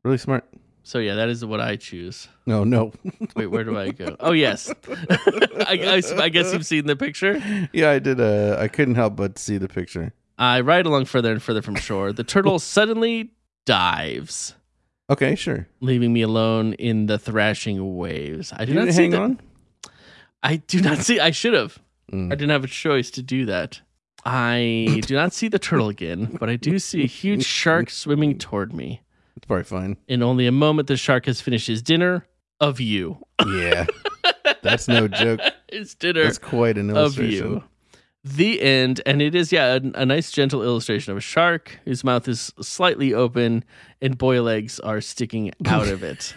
[SPEAKER 2] really smart.
[SPEAKER 3] So yeah, that is what I choose.
[SPEAKER 2] No, no. (laughs)
[SPEAKER 3] Wait, where do I go? Oh yes, (laughs) I, I, I guess you've seen the picture.
[SPEAKER 2] yeah, I did. Uh, I couldn't help but see the picture.
[SPEAKER 3] I ride along further and further from shore. The
[SPEAKER 2] (laughs)
[SPEAKER 3] turtle suddenly dives,
[SPEAKER 2] Okay, sure.
[SPEAKER 3] leaving me alone in the thrashing waves. I do
[SPEAKER 2] You
[SPEAKER 3] not
[SPEAKER 2] didn't
[SPEAKER 3] see
[SPEAKER 2] hang
[SPEAKER 3] that-
[SPEAKER 2] on.
[SPEAKER 3] I do not see. I should have.
[SPEAKER 2] Mm.
[SPEAKER 3] I didn't have a choice to do that.
[SPEAKER 2] (coughs)
[SPEAKER 3] I do not see the turtle again, but I do see a
[SPEAKER 2] (laughs)
[SPEAKER 3] huge shark swimming toward me.
[SPEAKER 2] It's probably fine.
[SPEAKER 3] In only a moment, the shark has finished his dinner of you.
[SPEAKER 2] Yeah, (laughs) that's no joke.
[SPEAKER 3] It's dinner
[SPEAKER 2] That's quite an
[SPEAKER 3] of
[SPEAKER 2] illustration.
[SPEAKER 3] you. The end, and it is yeah a, a nice gentle illustration of a shark whose mouth is slightly open and boy legs are sticking out
[SPEAKER 2] (laughs)
[SPEAKER 3] of it.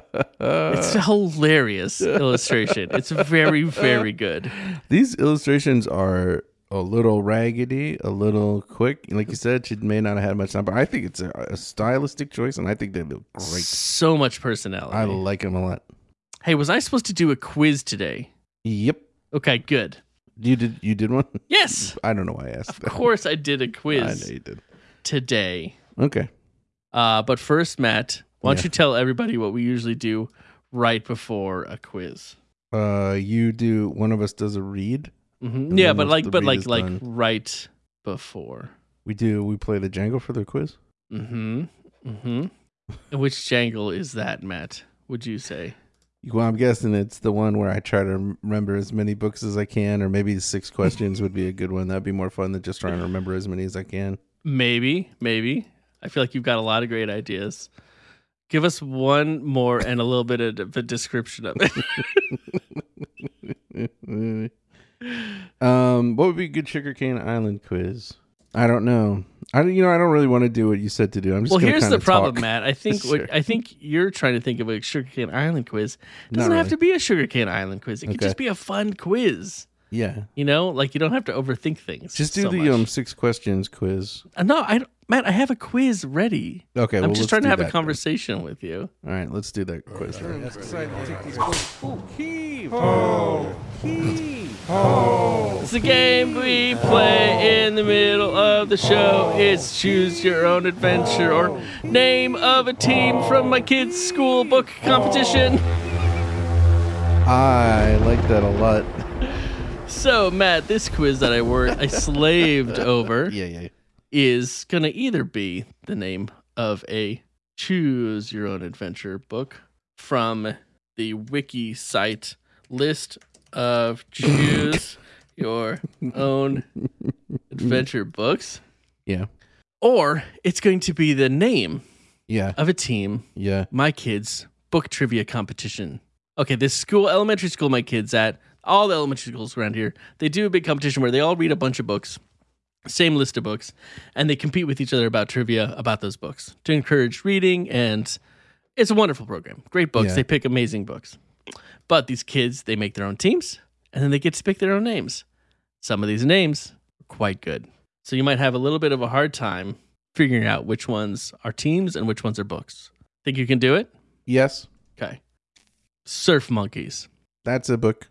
[SPEAKER 3] it's a hilarious illustration. It's very very good.
[SPEAKER 2] These illustrations are a little raggedy, a little quick. Like you said, she may not have had much time, but I think it's a, a stylistic choice, and I think they look great.
[SPEAKER 3] So much personality.
[SPEAKER 2] I like them a lot.
[SPEAKER 3] hey, was I supposed to do a quiz today?
[SPEAKER 2] Yep,
[SPEAKER 3] Okay, good.
[SPEAKER 2] you did. You did one.
[SPEAKER 3] Yes,
[SPEAKER 2] I don't know why I asked.
[SPEAKER 3] of course I did a
[SPEAKER 2] I know
[SPEAKER 3] quiz
[SPEAKER 2] you did.
[SPEAKER 3] today.
[SPEAKER 2] Okay.
[SPEAKER 3] Uh, but first, Matt, why don't
[SPEAKER 2] Yeah.
[SPEAKER 3] you tell everybody what we usually do right before a quiz?
[SPEAKER 2] Uh, you do. One of us does a read.
[SPEAKER 3] hmm
[SPEAKER 2] And
[SPEAKER 3] Yeah,
[SPEAKER 2] then
[SPEAKER 3] but
[SPEAKER 2] once
[SPEAKER 3] like,
[SPEAKER 2] the
[SPEAKER 3] but
[SPEAKER 2] read
[SPEAKER 3] like,
[SPEAKER 2] is
[SPEAKER 3] like
[SPEAKER 2] done-
[SPEAKER 3] right before.
[SPEAKER 2] We do. We play the Django for the quiz.
[SPEAKER 3] Mm-hmm.
[SPEAKER 2] (laughs)
[SPEAKER 3] Mm-hmm. Which jangle is that, Matt? Would you say?
[SPEAKER 2] Well, I'm guessing it's the one where I try to remember as many books as I can, or maybe the
[SPEAKER 3] (laughs)
[SPEAKER 2] six questions would be a good one. That'd be more fun than just trying to remember as many as I can.
[SPEAKER 3] Maybe, maybe. I feel like you've got a lot of great ideas. Give us one more and a little bit of a description of
[SPEAKER 2] (laughs)
[SPEAKER 3] it.
[SPEAKER 2] Um, what would be a good sugarcane island quiz? I don't know. I don't, you know I don't really want to do what you said to do. I'm just
[SPEAKER 3] well,
[SPEAKER 2] gonna
[SPEAKER 3] here's
[SPEAKER 2] kinda
[SPEAKER 3] the problem,
[SPEAKER 2] talk. (laughs)
[SPEAKER 3] Matt. I think
[SPEAKER 2] Sure.
[SPEAKER 3] what, I think you're trying to think of a sugarcane island quiz. It doesn't
[SPEAKER 2] Not
[SPEAKER 3] have
[SPEAKER 2] really.
[SPEAKER 3] to be a sugarcane island quiz. It could
[SPEAKER 2] Okay.
[SPEAKER 3] just be a fun quiz.
[SPEAKER 2] Yeah,
[SPEAKER 3] You know, like you don't have to overthink things.
[SPEAKER 2] just do
[SPEAKER 3] so
[SPEAKER 2] the
[SPEAKER 3] much.
[SPEAKER 2] um six questions quiz.
[SPEAKER 3] Uh, No, I don't- Matt, I have a quiz ready.
[SPEAKER 2] Okay,
[SPEAKER 3] I'm
[SPEAKER 2] well,
[SPEAKER 3] just
[SPEAKER 2] let's
[SPEAKER 3] trying to
[SPEAKER 2] do
[SPEAKER 3] have a
[SPEAKER 2] that then.
[SPEAKER 3] conversation with you.
[SPEAKER 2] All right, let's do that quiz. then.
[SPEAKER 3] It's the game we play in the middle of the show. It's choose your own adventure or name of a team from my kids' school book competition.
[SPEAKER 2] I like that a lot.
[SPEAKER 3] So, Matt, this quiz that I worked, I slaved over,
[SPEAKER 2] (laughs) Yeah, yeah.
[SPEAKER 3] is gonna either be the name of a choose your own adventure book from the wiki site list of choose your own adventure books
[SPEAKER 2] Yeah.
[SPEAKER 3] or it's going to be the name
[SPEAKER 2] Yeah.
[SPEAKER 3] of a team
[SPEAKER 2] Yeah.
[SPEAKER 3] my kids book trivia competition okay this school elementary school my kids at all the elementary schools around here they do a big competition where they all read a bunch of books same list of books and they compete with each other about trivia about those books to encourage reading and it's a wonderful program great books
[SPEAKER 2] Yeah.
[SPEAKER 3] they pick amazing books but these kids they make their own teams and then they get to pick their own names some of these names are quite good so you might have a little bit of a hard time figuring out which ones are teams and which ones are books think you can do it
[SPEAKER 2] Yes.
[SPEAKER 3] Okay. Surf monkeys.
[SPEAKER 2] That's a book.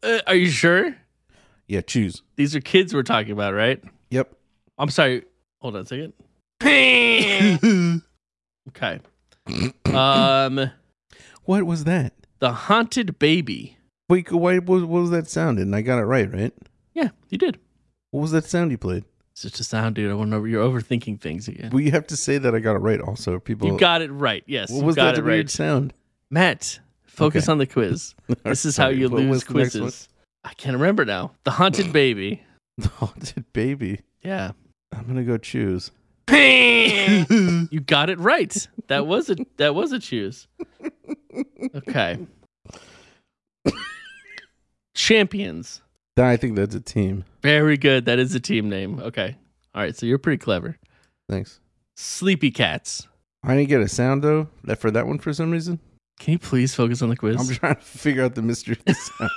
[SPEAKER 3] Uh, are you sure?
[SPEAKER 2] Yeah, choose.
[SPEAKER 3] These are kids we're talking about, right?
[SPEAKER 2] Yep.
[SPEAKER 3] I'm sorry. Hold on
[SPEAKER 2] (laughs)
[SPEAKER 3] a second. okay. Um,
[SPEAKER 2] What was that?
[SPEAKER 3] the Um, haunted baby.
[SPEAKER 2] Wait, why, what, what was that sound? And I got it right, right?
[SPEAKER 3] Yeah, you did.
[SPEAKER 2] What was that sound you played?
[SPEAKER 3] It's just a sound, dude. I went over. You're overthinking things again.
[SPEAKER 2] Well, you have to say that I got it right. Also, people.
[SPEAKER 3] you got it right. Yes,
[SPEAKER 2] what
[SPEAKER 3] you
[SPEAKER 2] was
[SPEAKER 3] got
[SPEAKER 2] that
[SPEAKER 3] it
[SPEAKER 2] weird
[SPEAKER 3] right.
[SPEAKER 2] sound? (laughs)
[SPEAKER 3] Matt, focus on the quiz. This is how
[SPEAKER 2] Sorry,
[SPEAKER 3] you
[SPEAKER 2] what
[SPEAKER 3] lose
[SPEAKER 2] was the next
[SPEAKER 3] quizzes. I can't remember now.
[SPEAKER 2] (clears throat)
[SPEAKER 3] The haunted baby.
[SPEAKER 2] The haunted Oh, baby.
[SPEAKER 3] Yeah.
[SPEAKER 2] I'm gonna go choose.
[SPEAKER 3] (laughs) You got it right. That was a that was a choose. Okay. Champions.
[SPEAKER 2] I think that's a team.
[SPEAKER 3] Very good. That is a team name. Okay. All right. So you're pretty clever.
[SPEAKER 2] Thanks.
[SPEAKER 3] Sleepy Cats.
[SPEAKER 2] I didn't get a sound though. That for that one for some reason.
[SPEAKER 3] Can you please focus on the quiz?
[SPEAKER 2] I'm (laughs) trying to figure out the mystery of the sound.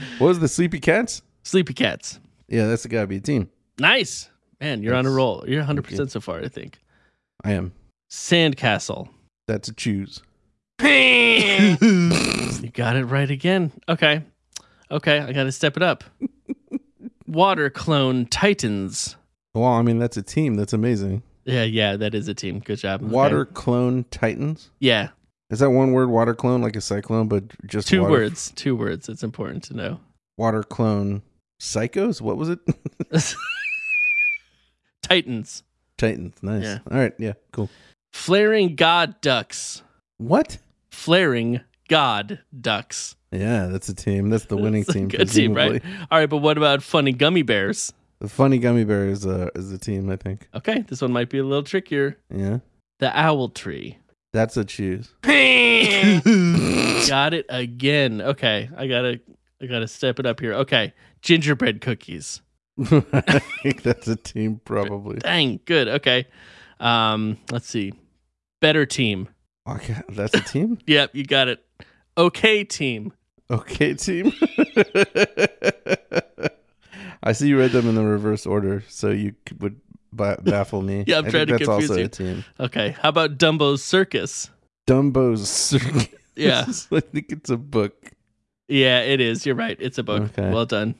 [SPEAKER 3] (laughs)
[SPEAKER 2] what was the sleepy cats?
[SPEAKER 3] Sleepy Cats.
[SPEAKER 2] Yeah, that's gotta be a team.
[SPEAKER 3] Nice. Man, you're on a
[SPEAKER 2] Thanks.
[SPEAKER 3] roll. You're 100%
[SPEAKER 2] Thank
[SPEAKER 3] so far, I think.
[SPEAKER 2] I am.
[SPEAKER 3] Sandcastle.
[SPEAKER 2] That's a choose.
[SPEAKER 3] You got it right again. Okay. Okay. I got to step it
[SPEAKER 2] (laughs)
[SPEAKER 3] up. Water Clone Titans.
[SPEAKER 2] Well, I mean that's a team. That's amazing.
[SPEAKER 3] Yeah, yeah, that is a team. Good job. Okay.
[SPEAKER 2] Water clone titans.
[SPEAKER 3] Yeah.
[SPEAKER 2] Is that one word? Water clone, like a cyclone, but just
[SPEAKER 3] Two
[SPEAKER 2] water?
[SPEAKER 3] words. Two words. It's important to know. (laughs)
[SPEAKER 2] Water clone psychos. What was it? (laughs)
[SPEAKER 3] Titans.
[SPEAKER 2] titans. Nice.
[SPEAKER 3] Yeah.
[SPEAKER 2] All right. Yeah. Cool.
[SPEAKER 3] Flaring God Ducks.
[SPEAKER 2] What?
[SPEAKER 3] Flaring God Ducks.
[SPEAKER 2] Yeah, that's a team. That's
[SPEAKER 3] (laughs)
[SPEAKER 2] the winning
[SPEAKER 3] It's a
[SPEAKER 2] team.
[SPEAKER 3] Good team, right?
[SPEAKER 2] presumably.
[SPEAKER 3] All right, but what about funny gummy bears?
[SPEAKER 2] The funny gummy bear is a is a team. I think.
[SPEAKER 3] Okay, this one might be a little trickier.
[SPEAKER 2] Yeah,
[SPEAKER 3] The owl
[SPEAKER 2] (laughs)
[SPEAKER 3] tree.
[SPEAKER 2] that's a choose. (laughs)
[SPEAKER 3] Got it again. Okay, I gotta, I gotta step it up here. Okay, gingerbread cookies.
[SPEAKER 2] I think that's a team probably.
[SPEAKER 3] Dang, good. Okay, um, let's see. Better team.
[SPEAKER 2] Okay, that's a team.
[SPEAKER 3] Yep, you got it. Okay, team.
[SPEAKER 2] Okay, team. (laughs) I see you read them in the reverse order, so you c- would ba- baffle me.
[SPEAKER 3] (laughs) Yeah, I'm
[SPEAKER 2] I
[SPEAKER 3] trying to
[SPEAKER 2] think that's
[SPEAKER 3] confuse
[SPEAKER 2] also
[SPEAKER 3] you.
[SPEAKER 2] a team.
[SPEAKER 3] Okay, how about Dumbo's circus?
[SPEAKER 2] Dumbo's (laughs) Circus.
[SPEAKER 3] Yeah.
[SPEAKER 2] I think it's a book.
[SPEAKER 3] Yeah, it is. You're right. It's a book.
[SPEAKER 2] Okay.
[SPEAKER 3] Well done.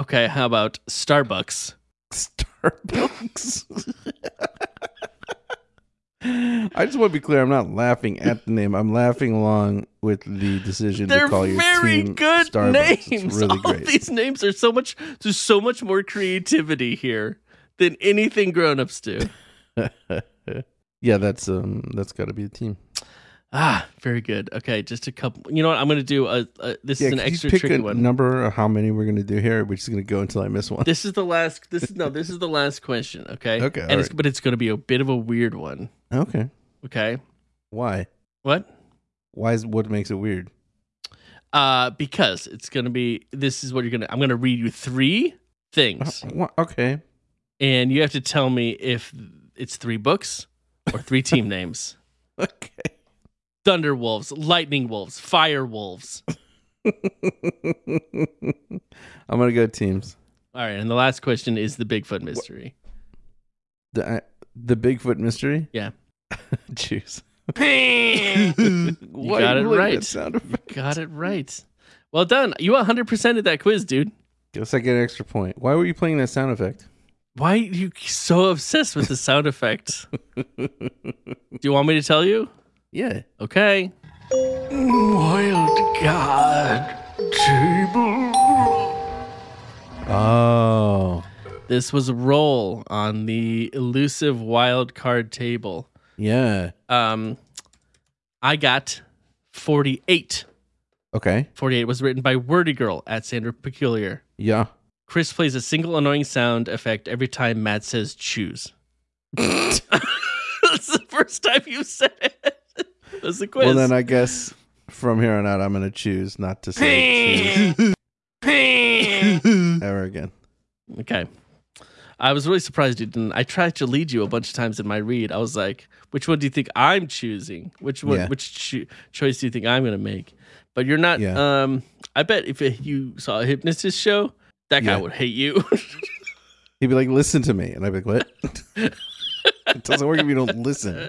[SPEAKER 3] Okay, how about Starbucks?
[SPEAKER 2] Starbucks. I just want to be clear. I'm not laughing at the name. I'm laughing along with the decision
[SPEAKER 3] They're
[SPEAKER 2] to call your
[SPEAKER 3] very
[SPEAKER 2] team
[SPEAKER 3] good
[SPEAKER 2] Starbucks.
[SPEAKER 3] names.
[SPEAKER 2] It's really
[SPEAKER 3] (laughs) All
[SPEAKER 2] great.
[SPEAKER 3] these names are so much. There's so much more creativity here than anything grown-ups do.
[SPEAKER 2] (laughs) yeah, that's um, that's got to be a team.
[SPEAKER 3] ah, very good. Okay, just a couple. You know what? I'm going to do a. a this
[SPEAKER 2] Yeah,
[SPEAKER 3] is
[SPEAKER 2] can
[SPEAKER 3] an
[SPEAKER 2] you
[SPEAKER 3] extra
[SPEAKER 2] pick
[SPEAKER 3] tricky
[SPEAKER 2] a
[SPEAKER 3] one.
[SPEAKER 2] number or how many we're gonna do here? We're just gonna go until I miss one.
[SPEAKER 3] This is the last. This is no. This is the last question. Okay.
[SPEAKER 2] Okay,
[SPEAKER 3] And
[SPEAKER 2] all
[SPEAKER 3] it's,
[SPEAKER 2] right.
[SPEAKER 3] but it's going to be a bit of a weird one.
[SPEAKER 2] Okay,
[SPEAKER 3] Okay.
[SPEAKER 2] why?
[SPEAKER 3] What?
[SPEAKER 2] Why is what makes it weird?
[SPEAKER 3] Uh, because it's going to be. This is what you're going to. I'm going to read you three things,
[SPEAKER 2] Wha- Okay, (laughs)
[SPEAKER 3] and you have to tell me if it's three books or three team names.
[SPEAKER 2] okay.
[SPEAKER 3] thunder wolves, lightning wolves, fire wolves.
[SPEAKER 2] I'm gonna go teams.
[SPEAKER 3] All right, and the last question is the Bigfoot mystery.
[SPEAKER 2] The I, the Bigfoot mystery.
[SPEAKER 3] Yeah.
[SPEAKER 2] Choose.
[SPEAKER 3] (laughs) You got it right. Got it right. Well done. You 100% of that quiz, dude.
[SPEAKER 2] Guess I get an extra point. Why were you playing that sound effect?
[SPEAKER 3] Why are you so obsessed with the sound effect? Do you want me to tell you?
[SPEAKER 2] Yeah.
[SPEAKER 3] Okay.
[SPEAKER 1] Wild God. Table.
[SPEAKER 2] Oh.
[SPEAKER 3] This was roll on the elusive wild card table.
[SPEAKER 2] Yeah.
[SPEAKER 3] Um, I got 48.
[SPEAKER 2] Okay.
[SPEAKER 3] 48 was written by Wordy Girl at Sandra Peculiar.
[SPEAKER 2] Yeah.
[SPEAKER 3] Chris plays a single annoying sound effect every time Matt
[SPEAKER 2] (laughs)
[SPEAKER 3] says choose. (laughs) That's the first time you said it. That's the quiz.
[SPEAKER 2] Well, then I guess from here on out, I'm gonna choose not to
[SPEAKER 3] (laughs)
[SPEAKER 2] say choose ever again.
[SPEAKER 3] okay. I was really surprised you didn't. I tried to lead you a bunch of times in my read. I was like, which one do you think I'm choosing? Which one,
[SPEAKER 2] Yeah.
[SPEAKER 3] which cho- choice do you think I'm going to make? But you're not.
[SPEAKER 2] Yeah.
[SPEAKER 3] Um, I bet if you saw a hypnotist show, that guy
[SPEAKER 2] Yeah.
[SPEAKER 3] would hate you. (laughs)
[SPEAKER 2] He'd be like, "Listen to me," and I'd be like, "What?" (laughs) it doesn't work if you don't listen.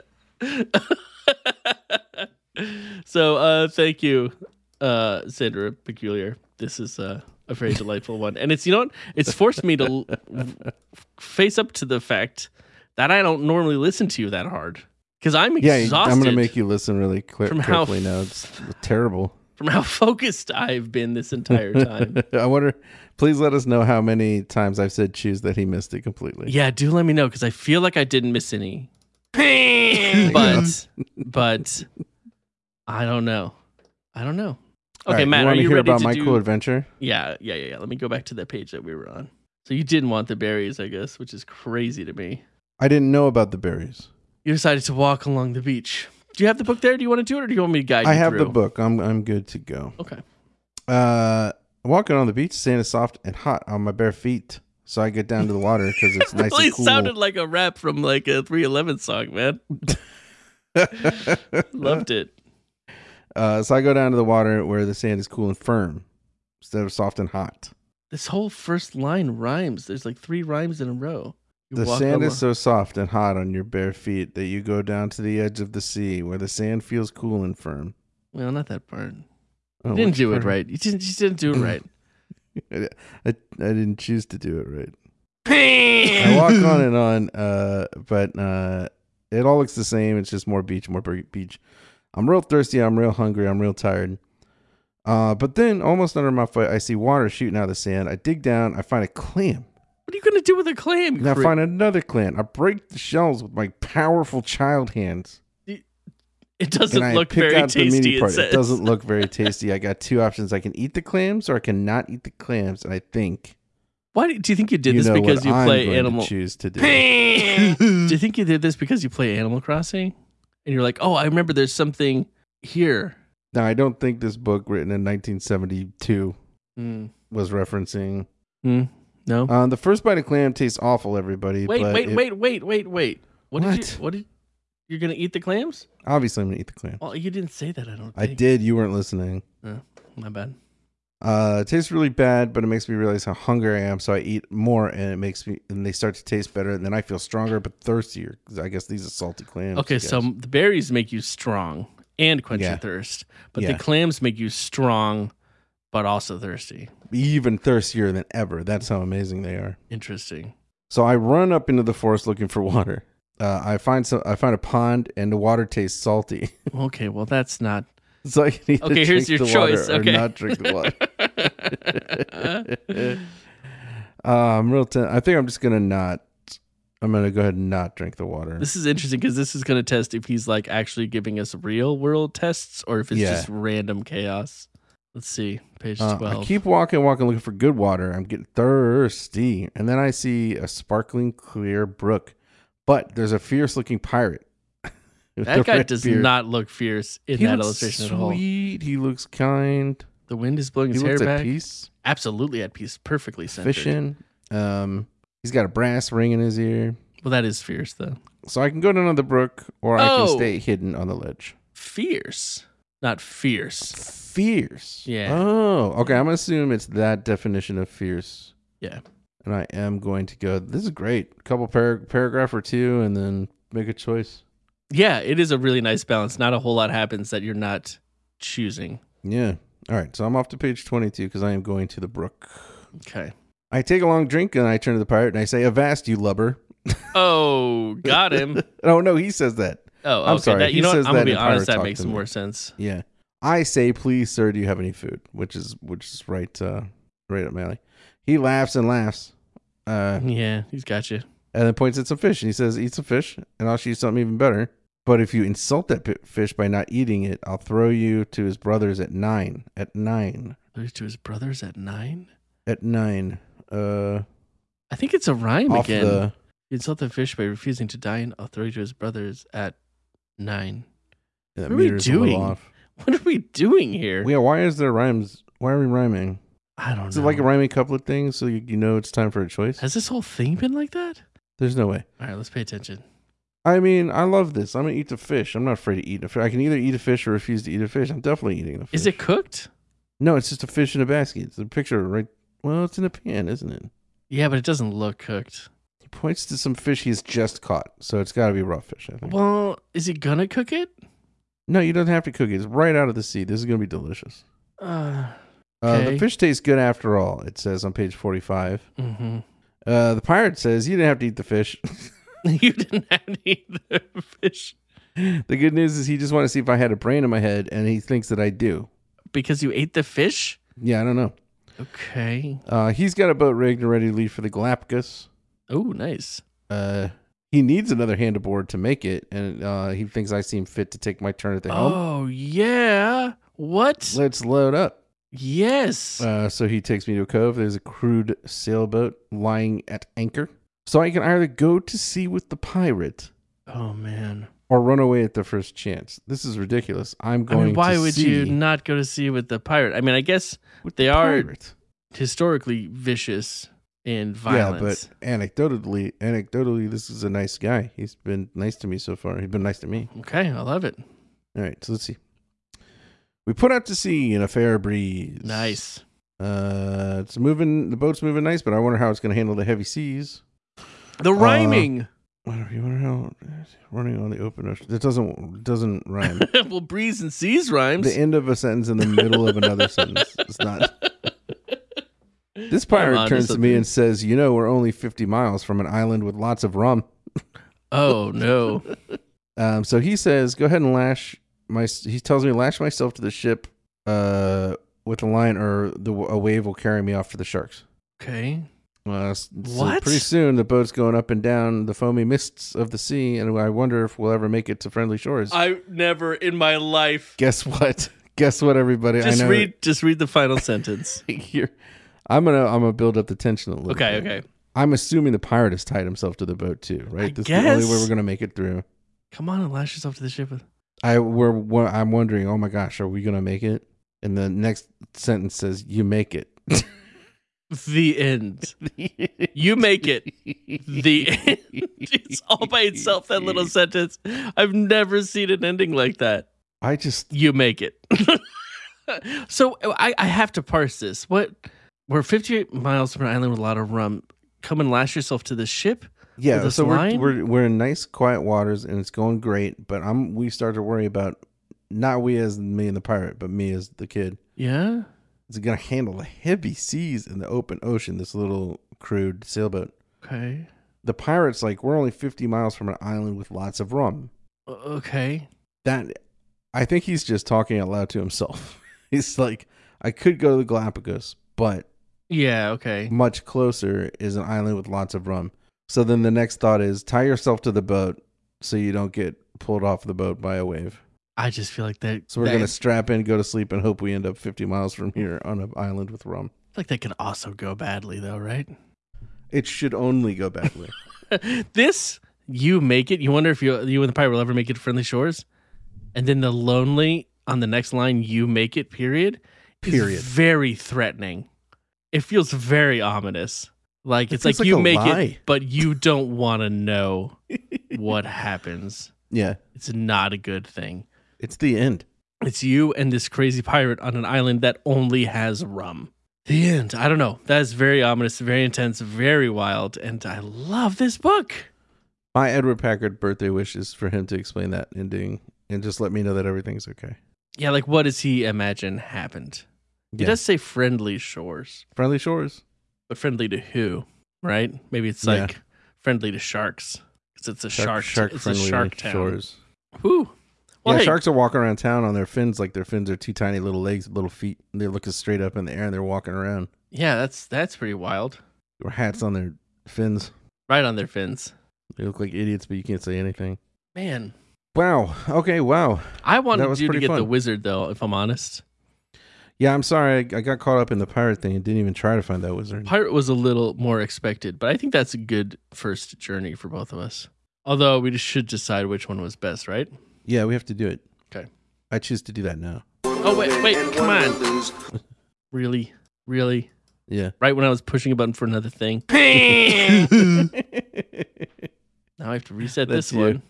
[SPEAKER 3] so uh thank you uh sandra peculiar this is uh,
[SPEAKER 2] (laughs)
[SPEAKER 3] a very delightful one and it's you know what it's forced me to l- f- face up to the fact that i don't normally listen to you that hard because i'm
[SPEAKER 2] Yeah,
[SPEAKER 3] exhausted
[SPEAKER 2] I'm gonna make you listen really quick
[SPEAKER 3] From how
[SPEAKER 2] carefully now. It's terrible.
[SPEAKER 3] from how (laughs) focused I've been this entire time.
[SPEAKER 2] (laughs) I wonder. Please let us know how many times I've said choose that he missed it completely.
[SPEAKER 3] yeah, do let me know because I feel like I didn't
[SPEAKER 2] (laughs)
[SPEAKER 3] miss any. but but I don't know. I don't know.
[SPEAKER 2] All
[SPEAKER 3] Okay,
[SPEAKER 2] right,
[SPEAKER 3] Matt,
[SPEAKER 2] you
[SPEAKER 3] are
[SPEAKER 2] want to
[SPEAKER 3] you
[SPEAKER 2] hear
[SPEAKER 3] ready
[SPEAKER 2] about
[SPEAKER 3] to
[SPEAKER 2] my
[SPEAKER 3] do?
[SPEAKER 2] cool adventure?
[SPEAKER 3] Yeah, yeah, yeah, yeah. Let me go back to that page that we were on. So you didn't want the berries, I guess, which is crazy to me.
[SPEAKER 2] I didn't know about the berries.
[SPEAKER 3] You decided to walk along the beach. Do you have the book there? Do you want to do it, or do you want me to guide
[SPEAKER 2] I
[SPEAKER 3] you
[SPEAKER 2] have the
[SPEAKER 3] through?
[SPEAKER 2] book. I'm I'm good to go.
[SPEAKER 3] Okay.
[SPEAKER 2] Uh, walking on the beach, sand is soft and hot on my bare feet, so I get down to the water because
[SPEAKER 3] (laughs)
[SPEAKER 2] it's nice
[SPEAKER 3] really
[SPEAKER 2] and cool.
[SPEAKER 3] sounded like a rap from like a 311
[SPEAKER 2] (laughs)
[SPEAKER 3] song, man. Loved it.
[SPEAKER 2] uh, so I go down to the water where the sand is cool and firm instead of soft and hot.
[SPEAKER 3] This whole first line rhymes. There's like three rhymes in a row. You
[SPEAKER 2] The
[SPEAKER 3] walk
[SPEAKER 2] sand
[SPEAKER 3] along-
[SPEAKER 2] is so soft and hot on your bare feet that you go down to the edge of the sea where the sand feels cool and firm.
[SPEAKER 3] well, not that part. You
[SPEAKER 2] Oh,
[SPEAKER 3] didn't
[SPEAKER 2] which
[SPEAKER 3] do it
[SPEAKER 2] part? Mm.
[SPEAKER 3] right. You didn't. You didn't do it right.
[SPEAKER 2] I, (laughs) I, I didn't choose to do it right. (laughs)
[SPEAKER 3] (laughs)
[SPEAKER 2] I walk on and on, uh, but uh, it all looks the same. It's just more beach, more be- beach. I'm real thirsty. I'm real hungry. I'm real tired. Uh, but then, almost under my foot, I see water shooting out of the sand. I dig down. I find a clam.
[SPEAKER 3] What are you gonna do with a clam? you
[SPEAKER 2] Then I
[SPEAKER 3] cre-
[SPEAKER 2] find another clam. I break the shells with my powerful child hands.
[SPEAKER 3] it
[SPEAKER 2] and
[SPEAKER 3] doesn't
[SPEAKER 2] I
[SPEAKER 3] look
[SPEAKER 2] pick
[SPEAKER 3] very
[SPEAKER 2] out the
[SPEAKER 3] tasty.
[SPEAKER 2] meaty
[SPEAKER 3] it
[SPEAKER 2] part.
[SPEAKER 3] says.
[SPEAKER 2] It doesn't look very tasty. I got two options. I can eat the clams or I can not eat the clams. And I think
[SPEAKER 3] (laughs) Why do, do you think you did
[SPEAKER 2] you
[SPEAKER 3] this
[SPEAKER 2] know
[SPEAKER 3] because
[SPEAKER 2] what
[SPEAKER 3] you
[SPEAKER 2] I'm
[SPEAKER 3] play
[SPEAKER 2] going
[SPEAKER 3] Animal?
[SPEAKER 2] To choose to do.
[SPEAKER 3] (laughs) do
[SPEAKER 2] (laughs)
[SPEAKER 3] you think you did this because you play Animal Crossing? And you're like, oh, I remember there's something here.
[SPEAKER 2] Now, I don't think this book written in 1972
[SPEAKER 3] Mm.
[SPEAKER 2] was referencing.
[SPEAKER 3] Mm. No.
[SPEAKER 2] Um, the first bite of clam tastes awful, everybody.
[SPEAKER 3] wait,
[SPEAKER 2] but
[SPEAKER 3] wait,
[SPEAKER 2] it-
[SPEAKER 3] wait, wait, wait, wait. What, did
[SPEAKER 2] What?
[SPEAKER 3] you? What did you're gonna eat the clams?
[SPEAKER 2] Obviously, I'm gonna eat the clam.
[SPEAKER 3] Well, you didn't say that. I don't.
[SPEAKER 2] I
[SPEAKER 3] think.
[SPEAKER 2] did. You weren't listening.
[SPEAKER 3] My bad.
[SPEAKER 2] Uh, it tastes really bad, but it makes me realize how hungry I am. So I eat more, and it makes me. And they start to taste better, and then I feel stronger but thirstier. 'cause I guess these are salty clams. I
[SPEAKER 3] Okay, so
[SPEAKER 2] guess.
[SPEAKER 3] the berries make you strong and quench
[SPEAKER 2] Yeah.
[SPEAKER 3] your thirst, but
[SPEAKER 2] Yeah.
[SPEAKER 3] the clams make you strong, but also thirsty.
[SPEAKER 2] even thirstier than ever. That's how amazing they are.
[SPEAKER 3] Interesting.
[SPEAKER 2] So I run up into the forest looking for (laughs) water. Uh, I find some. I find a pond, and the water tastes salty. (laughs)
[SPEAKER 3] Okay, well that's not. (laughs)
[SPEAKER 2] so I can either
[SPEAKER 3] Okay, here's
[SPEAKER 2] drink
[SPEAKER 3] your
[SPEAKER 2] the water
[SPEAKER 3] choice.
[SPEAKER 2] or
[SPEAKER 3] Okay.
[SPEAKER 2] not drink the water. (laughs) Uh, I'm real. Ten- I think I'm just gonna not. I'm gonna go ahead and not drink the water.
[SPEAKER 3] this is interesting because this is going to test if he's like actually giving us real world tests or if it's
[SPEAKER 2] Yeah.
[SPEAKER 3] just random chaos. Let's see, page
[SPEAKER 2] Uh, I
[SPEAKER 3] twelve.
[SPEAKER 2] keep walking, walking, looking for good water. I'm getting thirsty, and then I see a sparkling clear brook, but there's a fierce-looking pirate. (laughs) with a
[SPEAKER 3] that guy
[SPEAKER 2] red
[SPEAKER 3] does
[SPEAKER 2] beard.
[SPEAKER 3] not look fierce in
[SPEAKER 2] He
[SPEAKER 3] that
[SPEAKER 2] looks
[SPEAKER 3] illustration at all.
[SPEAKER 2] sweet. He looks kind.
[SPEAKER 3] The wind is blowing
[SPEAKER 2] He
[SPEAKER 3] his hair
[SPEAKER 2] looks at
[SPEAKER 3] back.
[SPEAKER 2] peace.
[SPEAKER 3] Absolutely at peace, perfectly centered.
[SPEAKER 2] Fishing. Um, he's got a brass ring in his ear,
[SPEAKER 3] Well, that is fierce though.
[SPEAKER 2] so I can go down on the brook, or I can
[SPEAKER 3] Oh.
[SPEAKER 2] stay hidden on the ledge.
[SPEAKER 3] Fierce, not fierce.
[SPEAKER 2] Fierce.
[SPEAKER 3] Yeah.
[SPEAKER 2] Oh, okay. I'm gonna assume it's that definition of fierce.
[SPEAKER 3] Yeah.
[SPEAKER 2] and I am going to go. This is great. A couple par- paragraph or two, and then make a choice.
[SPEAKER 3] Yeah, it is a really nice balance. Not a whole lot happens that you're not choosing.
[SPEAKER 2] Yeah. All right. So I'm off to page 22 because I am going to the brook.
[SPEAKER 3] Okay.
[SPEAKER 2] I take a long drink and I turn to the pirate and I say, "Avast, you lubber!"
[SPEAKER 3] Oh,
[SPEAKER 2] (laughs)
[SPEAKER 3] got him.
[SPEAKER 2] Oh no, he says that.
[SPEAKER 3] Oh,
[SPEAKER 2] I'm
[SPEAKER 3] okay.
[SPEAKER 2] sorry.
[SPEAKER 3] That, you
[SPEAKER 2] He
[SPEAKER 3] know what? I'm
[SPEAKER 2] says
[SPEAKER 3] gonna
[SPEAKER 2] that
[SPEAKER 3] be
[SPEAKER 2] in
[SPEAKER 3] honest.
[SPEAKER 2] Pirate
[SPEAKER 3] That
[SPEAKER 2] Talk
[SPEAKER 3] makes
[SPEAKER 2] to me.
[SPEAKER 3] more sense.
[SPEAKER 2] Yeah. I say, "Please, sir, do you have any food?" Which is which is right uh, right up my alley. He laughs and laughs, uh,
[SPEAKER 3] Yeah, he's got you.
[SPEAKER 2] and then points at some fish and he says, "Eat some fish, and I'll shoot you something even better." But if you insult that pi- fish by not eating it, I'll throw you to his brothers at nine. At nine.
[SPEAKER 3] Those to his brothers at nine.
[SPEAKER 2] At nine. Uh,
[SPEAKER 3] I think it's a rhyme
[SPEAKER 2] off
[SPEAKER 3] again.
[SPEAKER 2] the
[SPEAKER 3] You insult the fish by refusing to dine. I'll throw you to his brothers at nine. (laughs)
[SPEAKER 2] that
[SPEAKER 3] What are we
[SPEAKER 2] meter's a little
[SPEAKER 3] doing?
[SPEAKER 2] off.
[SPEAKER 3] What are we doing here?
[SPEAKER 2] Yeah, why is there rhymes? Why are we rhyming?
[SPEAKER 3] I don't
[SPEAKER 2] Is
[SPEAKER 3] know.
[SPEAKER 2] it like a rhyming couplet thing? So you, you know it's time for a choice.
[SPEAKER 3] Has this whole thing been like that?
[SPEAKER 2] There's no way.
[SPEAKER 3] All right, let's pay attention.
[SPEAKER 2] I mean, I love this. I'm gonna eat the fish. I'm not afraid to eat a fish. I can either eat a fish or refuse to eat a fish. I'm definitely eating the fish.
[SPEAKER 3] Is it cooked?
[SPEAKER 2] No, it's just a fish in a basket. It's a picture, right? Well, it's in a pan, isn't it?
[SPEAKER 3] Yeah, but it doesn't look cooked.
[SPEAKER 2] He points to some fish he's just caught, so it's got to be raw fish. I think.
[SPEAKER 3] Well, is he gonna cook it?
[SPEAKER 2] no, you don't have to cook it. It's right out of the sea. This is gonna be delicious.
[SPEAKER 3] Uh,
[SPEAKER 2] Uh,
[SPEAKER 3] Okay.
[SPEAKER 2] the fish tastes good after all. It says on page 45.
[SPEAKER 3] mm-hmm.
[SPEAKER 2] Uh, the pirate says you didn't have to eat the fish.
[SPEAKER 3] (laughs)
[SPEAKER 2] (laughs)
[SPEAKER 3] you didn't have to eat the fish.
[SPEAKER 2] The good news is he just wanted to see if I had a brain in my head, and he thinks that I do.
[SPEAKER 3] because you ate the fish?
[SPEAKER 2] Yeah, I don't know.
[SPEAKER 3] Okay.
[SPEAKER 2] Uh, he's got a boat rigged and ready to leave for the Galapagos.
[SPEAKER 3] Oh, nice.
[SPEAKER 2] Uh, he needs another hand aboard to make it, and uh, he thinks I seem fit to take my turn at the helm.
[SPEAKER 3] Oh, yeah. What?
[SPEAKER 2] Let's load up.
[SPEAKER 3] Yes.
[SPEAKER 2] Uh, so he takes me to a cove. There's a crude sailboat lying at anchor. So I can either go to sea with the pirate
[SPEAKER 3] oh, man.
[SPEAKER 2] or run away at the first chance. This is ridiculous. I'm
[SPEAKER 3] I
[SPEAKER 2] going.
[SPEAKER 3] mean, why
[SPEAKER 2] to
[SPEAKER 3] would
[SPEAKER 2] sea
[SPEAKER 3] you not go to sea with the pirate? I mean, I guess
[SPEAKER 2] with
[SPEAKER 3] they
[SPEAKER 2] the
[SPEAKER 3] are
[SPEAKER 2] pirate.
[SPEAKER 3] historically vicious and violent.
[SPEAKER 2] Yeah, but anecdotally, anecdotally, this is a nice guy. He's been nice to me so far. He's been nice to me.
[SPEAKER 3] Okay, I love it.
[SPEAKER 2] All right, so let's see. We put out to sea in a fair breeze.
[SPEAKER 3] Nice.
[SPEAKER 2] Uh, it's moving. The boat's moving nice, but I wonder how it's going to handle the heavy seas.
[SPEAKER 3] The rhyming. (laughs)
[SPEAKER 2] Wonder, you wonder how running on the open ocean. That doesn't doesn't rhyme.
[SPEAKER 3] well, breeze and seas rhymes.
[SPEAKER 2] the end of a sentence in the middle of another sentence. It's not. This pirate
[SPEAKER 3] onto
[SPEAKER 2] turns to me
[SPEAKER 3] something.
[SPEAKER 2] and says, "You know, we're only fifty miles from an island with lots of rum."
[SPEAKER 3] oh no.
[SPEAKER 2] Um, so he says, "Go ahead and lash my." He tells me, "Lash myself to the ship uh, with a line, or the a wave will carry me off to the sharks."
[SPEAKER 3] Okay.
[SPEAKER 2] Uh, s- so
[SPEAKER 3] What?
[SPEAKER 2] pretty soon, the boat's going up and down the foamy mists of the sea, and I wonder if we'll ever make it to friendly shores.
[SPEAKER 3] I never in my life.
[SPEAKER 2] Guess what? (laughs) Guess what, everybody?
[SPEAKER 3] Just
[SPEAKER 2] I know
[SPEAKER 3] read. Just read the final sentence.
[SPEAKER 2] (laughs) you're- I'm gonna I'm gonna build up the tension a little.
[SPEAKER 3] (laughs) Okay.
[SPEAKER 2] bit.
[SPEAKER 3] Okay.
[SPEAKER 2] I'm assuming the pirate has tied himself to the boat too, right?
[SPEAKER 3] I
[SPEAKER 2] this is the only way
[SPEAKER 3] guess.
[SPEAKER 2] we're gonna make it through.
[SPEAKER 3] Come on and lash yourself to the ship with.
[SPEAKER 2] I we're, we're- I'm wondering, oh my gosh, are we gonna make it? And the next sentence says, "You make it."
[SPEAKER 3] The end.
[SPEAKER 2] (laughs)
[SPEAKER 3] You make it. (laughs) The end. It's all by itself. That little sentence. I've never seen an ending like that.
[SPEAKER 2] I just
[SPEAKER 3] You make it. (laughs) so I, I have to parse this. What? We're 58 miles from an island with a lot of rum. Come and lash yourself to the ship.
[SPEAKER 2] yeah.
[SPEAKER 3] this
[SPEAKER 2] so we're,
[SPEAKER 3] line?
[SPEAKER 2] we're we're in nice, quiet waters, and it's going great. But I'm we start to worry about not we as me and the pirate, but me as the kid.
[SPEAKER 3] Yeah.
[SPEAKER 2] Is it gonna handle the heavy seas in the open ocean? This little crude sailboat.
[SPEAKER 3] Okay.
[SPEAKER 2] the pirate's like, we're only 50 miles from an island with lots of rum.
[SPEAKER 3] O- Okay.
[SPEAKER 2] That, I think he's just talking out loud to himself. (laughs) he's like, I could go to the Galapagos, but
[SPEAKER 3] Yeah. Okay.
[SPEAKER 2] much closer is an island with lots of rum. So then the next thought is tie yourself to the boat so you don't get pulled off the boat by a wave.
[SPEAKER 3] I just feel like that.
[SPEAKER 2] So we're
[SPEAKER 3] that-
[SPEAKER 2] going to strap in, go to sleep, and hope we end up 50 miles from here on an island with rum.
[SPEAKER 3] like that could also go badly, though, right?
[SPEAKER 2] It should only go badly.
[SPEAKER 3] (laughs) this you make it. You wonder if you you and the pirate will ever make it to friendly shores, and then the lonely on the next line. You make it. Period. is
[SPEAKER 2] Period.
[SPEAKER 3] very threatening. It feels very ominous. Like it's like,
[SPEAKER 2] feels like
[SPEAKER 3] you
[SPEAKER 2] a
[SPEAKER 3] make
[SPEAKER 2] lie.
[SPEAKER 3] it, but
[SPEAKER 2] (laughs)
[SPEAKER 3] you don't want to know what happens.
[SPEAKER 2] yeah.
[SPEAKER 3] It's not a good thing.
[SPEAKER 2] It's the end.
[SPEAKER 3] It's you and this crazy pirate on an island that only has rum. The end. I don't know. That is very ominous, very intense, very wild, and I love this book.
[SPEAKER 2] My Edward Packard birthday wish is for him to explain that ending and just let me know that everything's okay.
[SPEAKER 3] Yeah, like what does he imagine happened? He
[SPEAKER 2] Yeah.
[SPEAKER 3] does say friendly shores,
[SPEAKER 2] Friendly Shores.
[SPEAKER 3] but friendly to who? Right? Maybe it's
[SPEAKER 2] Yeah.
[SPEAKER 3] like friendly to sharks because it's a shark. it's a
[SPEAKER 2] friendly
[SPEAKER 3] shark town. Whew. Well,
[SPEAKER 2] yeah,
[SPEAKER 3] hey,
[SPEAKER 2] sharks are walking around town on their fins like their fins are two tiny little legs, little feet. and They're looking straight up in the air and they're walking around.
[SPEAKER 3] Yeah, that's that's pretty wild.
[SPEAKER 2] Or hats on their fins.
[SPEAKER 3] Right on their fins,
[SPEAKER 2] They look like idiots, but you can't say anything.
[SPEAKER 3] man.
[SPEAKER 2] Wow. Okay. Wow.
[SPEAKER 3] I
[SPEAKER 2] That
[SPEAKER 3] wanted
[SPEAKER 2] was
[SPEAKER 3] you to
[SPEAKER 2] pretty
[SPEAKER 3] get the
[SPEAKER 2] fun.
[SPEAKER 3] wizard though, if I'm honest.
[SPEAKER 2] Yeah, I'm sorry. I, I got caught up in the pirate thing and didn't even try to find that wizard.
[SPEAKER 3] Pirate was a little more expected, but I think that's a good first journey for both of us. Although we just should decide which one was best, right?
[SPEAKER 2] Yeah, we have to do it.
[SPEAKER 3] Okay.
[SPEAKER 2] I choose to do that now.
[SPEAKER 3] Oh wait, wait, come on. Really, really. (laughs)
[SPEAKER 2] Yeah. (laughs)
[SPEAKER 3] Right when I was pushing a button for another thing. Now I have to reset
[SPEAKER 2] That's
[SPEAKER 3] this
[SPEAKER 2] you.
[SPEAKER 3] one.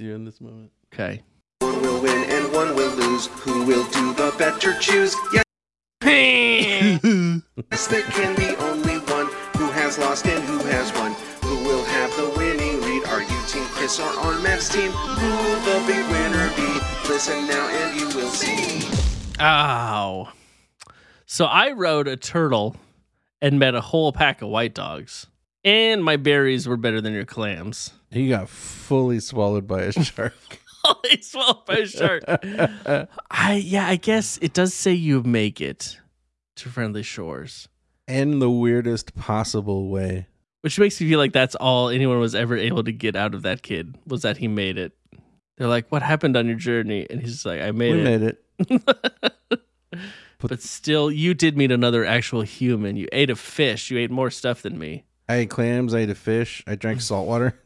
[SPEAKER 2] You're in this moment.
[SPEAKER 3] Okay.
[SPEAKER 4] One will win and one will lose. Who will do the better choose? Yes, yes, there can be only one. Who has lost and who has won? Who will have the winning read? Are you Team Chris or on Matt's team? Who will the big winner be? Listen now and you will see.
[SPEAKER 3] Ow. So I rode a turtle and met a whole pack of white dogs. And my berries were better than your clams. (laughs)
[SPEAKER 2] He got fully swallowed by a (laughs) shark.
[SPEAKER 3] Always swallowed by
[SPEAKER 2] (laughs)
[SPEAKER 3] a shark. I yeah, I guess it does say you make it to friendly shores,
[SPEAKER 2] In the weirdest possible way.
[SPEAKER 3] which makes me feel like that's all anyone was ever able to get out of that kid was that he made it. They're like, "What happened on your journey?" And he's just like, "I made
[SPEAKER 2] we
[SPEAKER 3] it."
[SPEAKER 2] made it.
[SPEAKER 3] But still, you did meet another actual human. You ate a fish. You ate more stuff than me.
[SPEAKER 2] I ate clams. I ate a fish. I
[SPEAKER 3] (laughs)
[SPEAKER 2] drank salt water.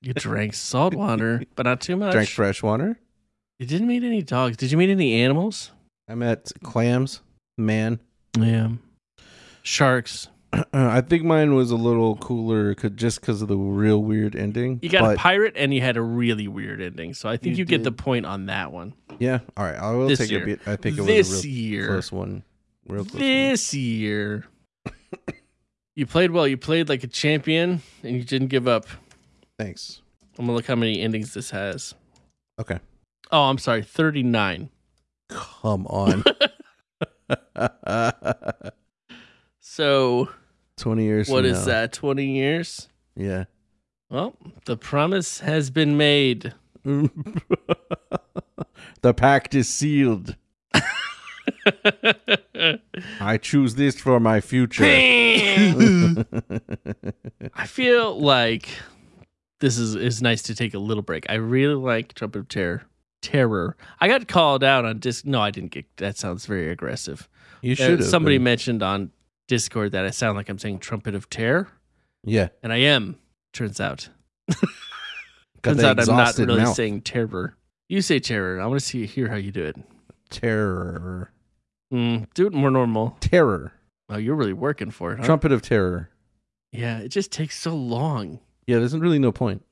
[SPEAKER 3] You drank salt (laughs) water, but not too much.
[SPEAKER 2] drank fresh water.
[SPEAKER 3] you didn't meet any dogs. Did you meet any animals?
[SPEAKER 2] I met clams. Man, (clears throat)
[SPEAKER 3] Yeah. Sharks.
[SPEAKER 2] Uh, I think mine was a little cooler, could, just because of the real weird ending.
[SPEAKER 3] You got
[SPEAKER 2] but,
[SPEAKER 3] a pirate and you had a really weird ending. So I think you,
[SPEAKER 2] You
[SPEAKER 3] get the
[SPEAKER 2] did.
[SPEAKER 3] point on that one.
[SPEAKER 2] Yeah. All right. I will
[SPEAKER 3] This
[SPEAKER 2] take
[SPEAKER 3] year.
[SPEAKER 2] a bit. I think it was
[SPEAKER 3] This
[SPEAKER 2] a real
[SPEAKER 3] year.
[SPEAKER 2] close one. Real close. one.
[SPEAKER 3] This year, you played well. You played like a champion and you didn't give up.
[SPEAKER 2] Thanks.
[SPEAKER 3] I'm going to look how many endings this has.
[SPEAKER 2] Okay.
[SPEAKER 3] Oh, I'm sorry. 39. (laughs)
[SPEAKER 2] Come on. (laughs)
[SPEAKER 3] So
[SPEAKER 2] Twenty years.
[SPEAKER 3] what
[SPEAKER 2] from
[SPEAKER 3] is
[SPEAKER 2] now.
[SPEAKER 3] that? 20 years?
[SPEAKER 2] Yeah.
[SPEAKER 3] Well, the promise has
[SPEAKER 2] (laughs)
[SPEAKER 3] been made.
[SPEAKER 2] the pact is sealed. I choose this for my future. (laughs)
[SPEAKER 3] I feel like this is is nice to take a little break. I really like Trumpet of Terror. Terror. I got called out on disc. No, I didn't get. That sounds very aggressive.
[SPEAKER 2] You
[SPEAKER 3] Uh,
[SPEAKER 2] should.
[SPEAKER 3] somebody mentioned on Discord that I sound like I'm saying Trumpet of Terror,
[SPEAKER 2] Yeah.
[SPEAKER 3] and I am. Turns out,
[SPEAKER 2] Got
[SPEAKER 3] turns
[SPEAKER 2] that
[SPEAKER 3] out I'm not
[SPEAKER 2] exhausted
[SPEAKER 3] really
[SPEAKER 2] mouth.
[SPEAKER 3] saying terror. You say terror. I want to see hear how you do it.
[SPEAKER 2] terror.
[SPEAKER 3] Mm, do it more normal.
[SPEAKER 2] Terror.
[SPEAKER 3] Oh, you're really working for it. Huh?
[SPEAKER 2] Trumpet of terror.
[SPEAKER 3] Yeah, it just takes so long.
[SPEAKER 2] Yeah, there's really no point.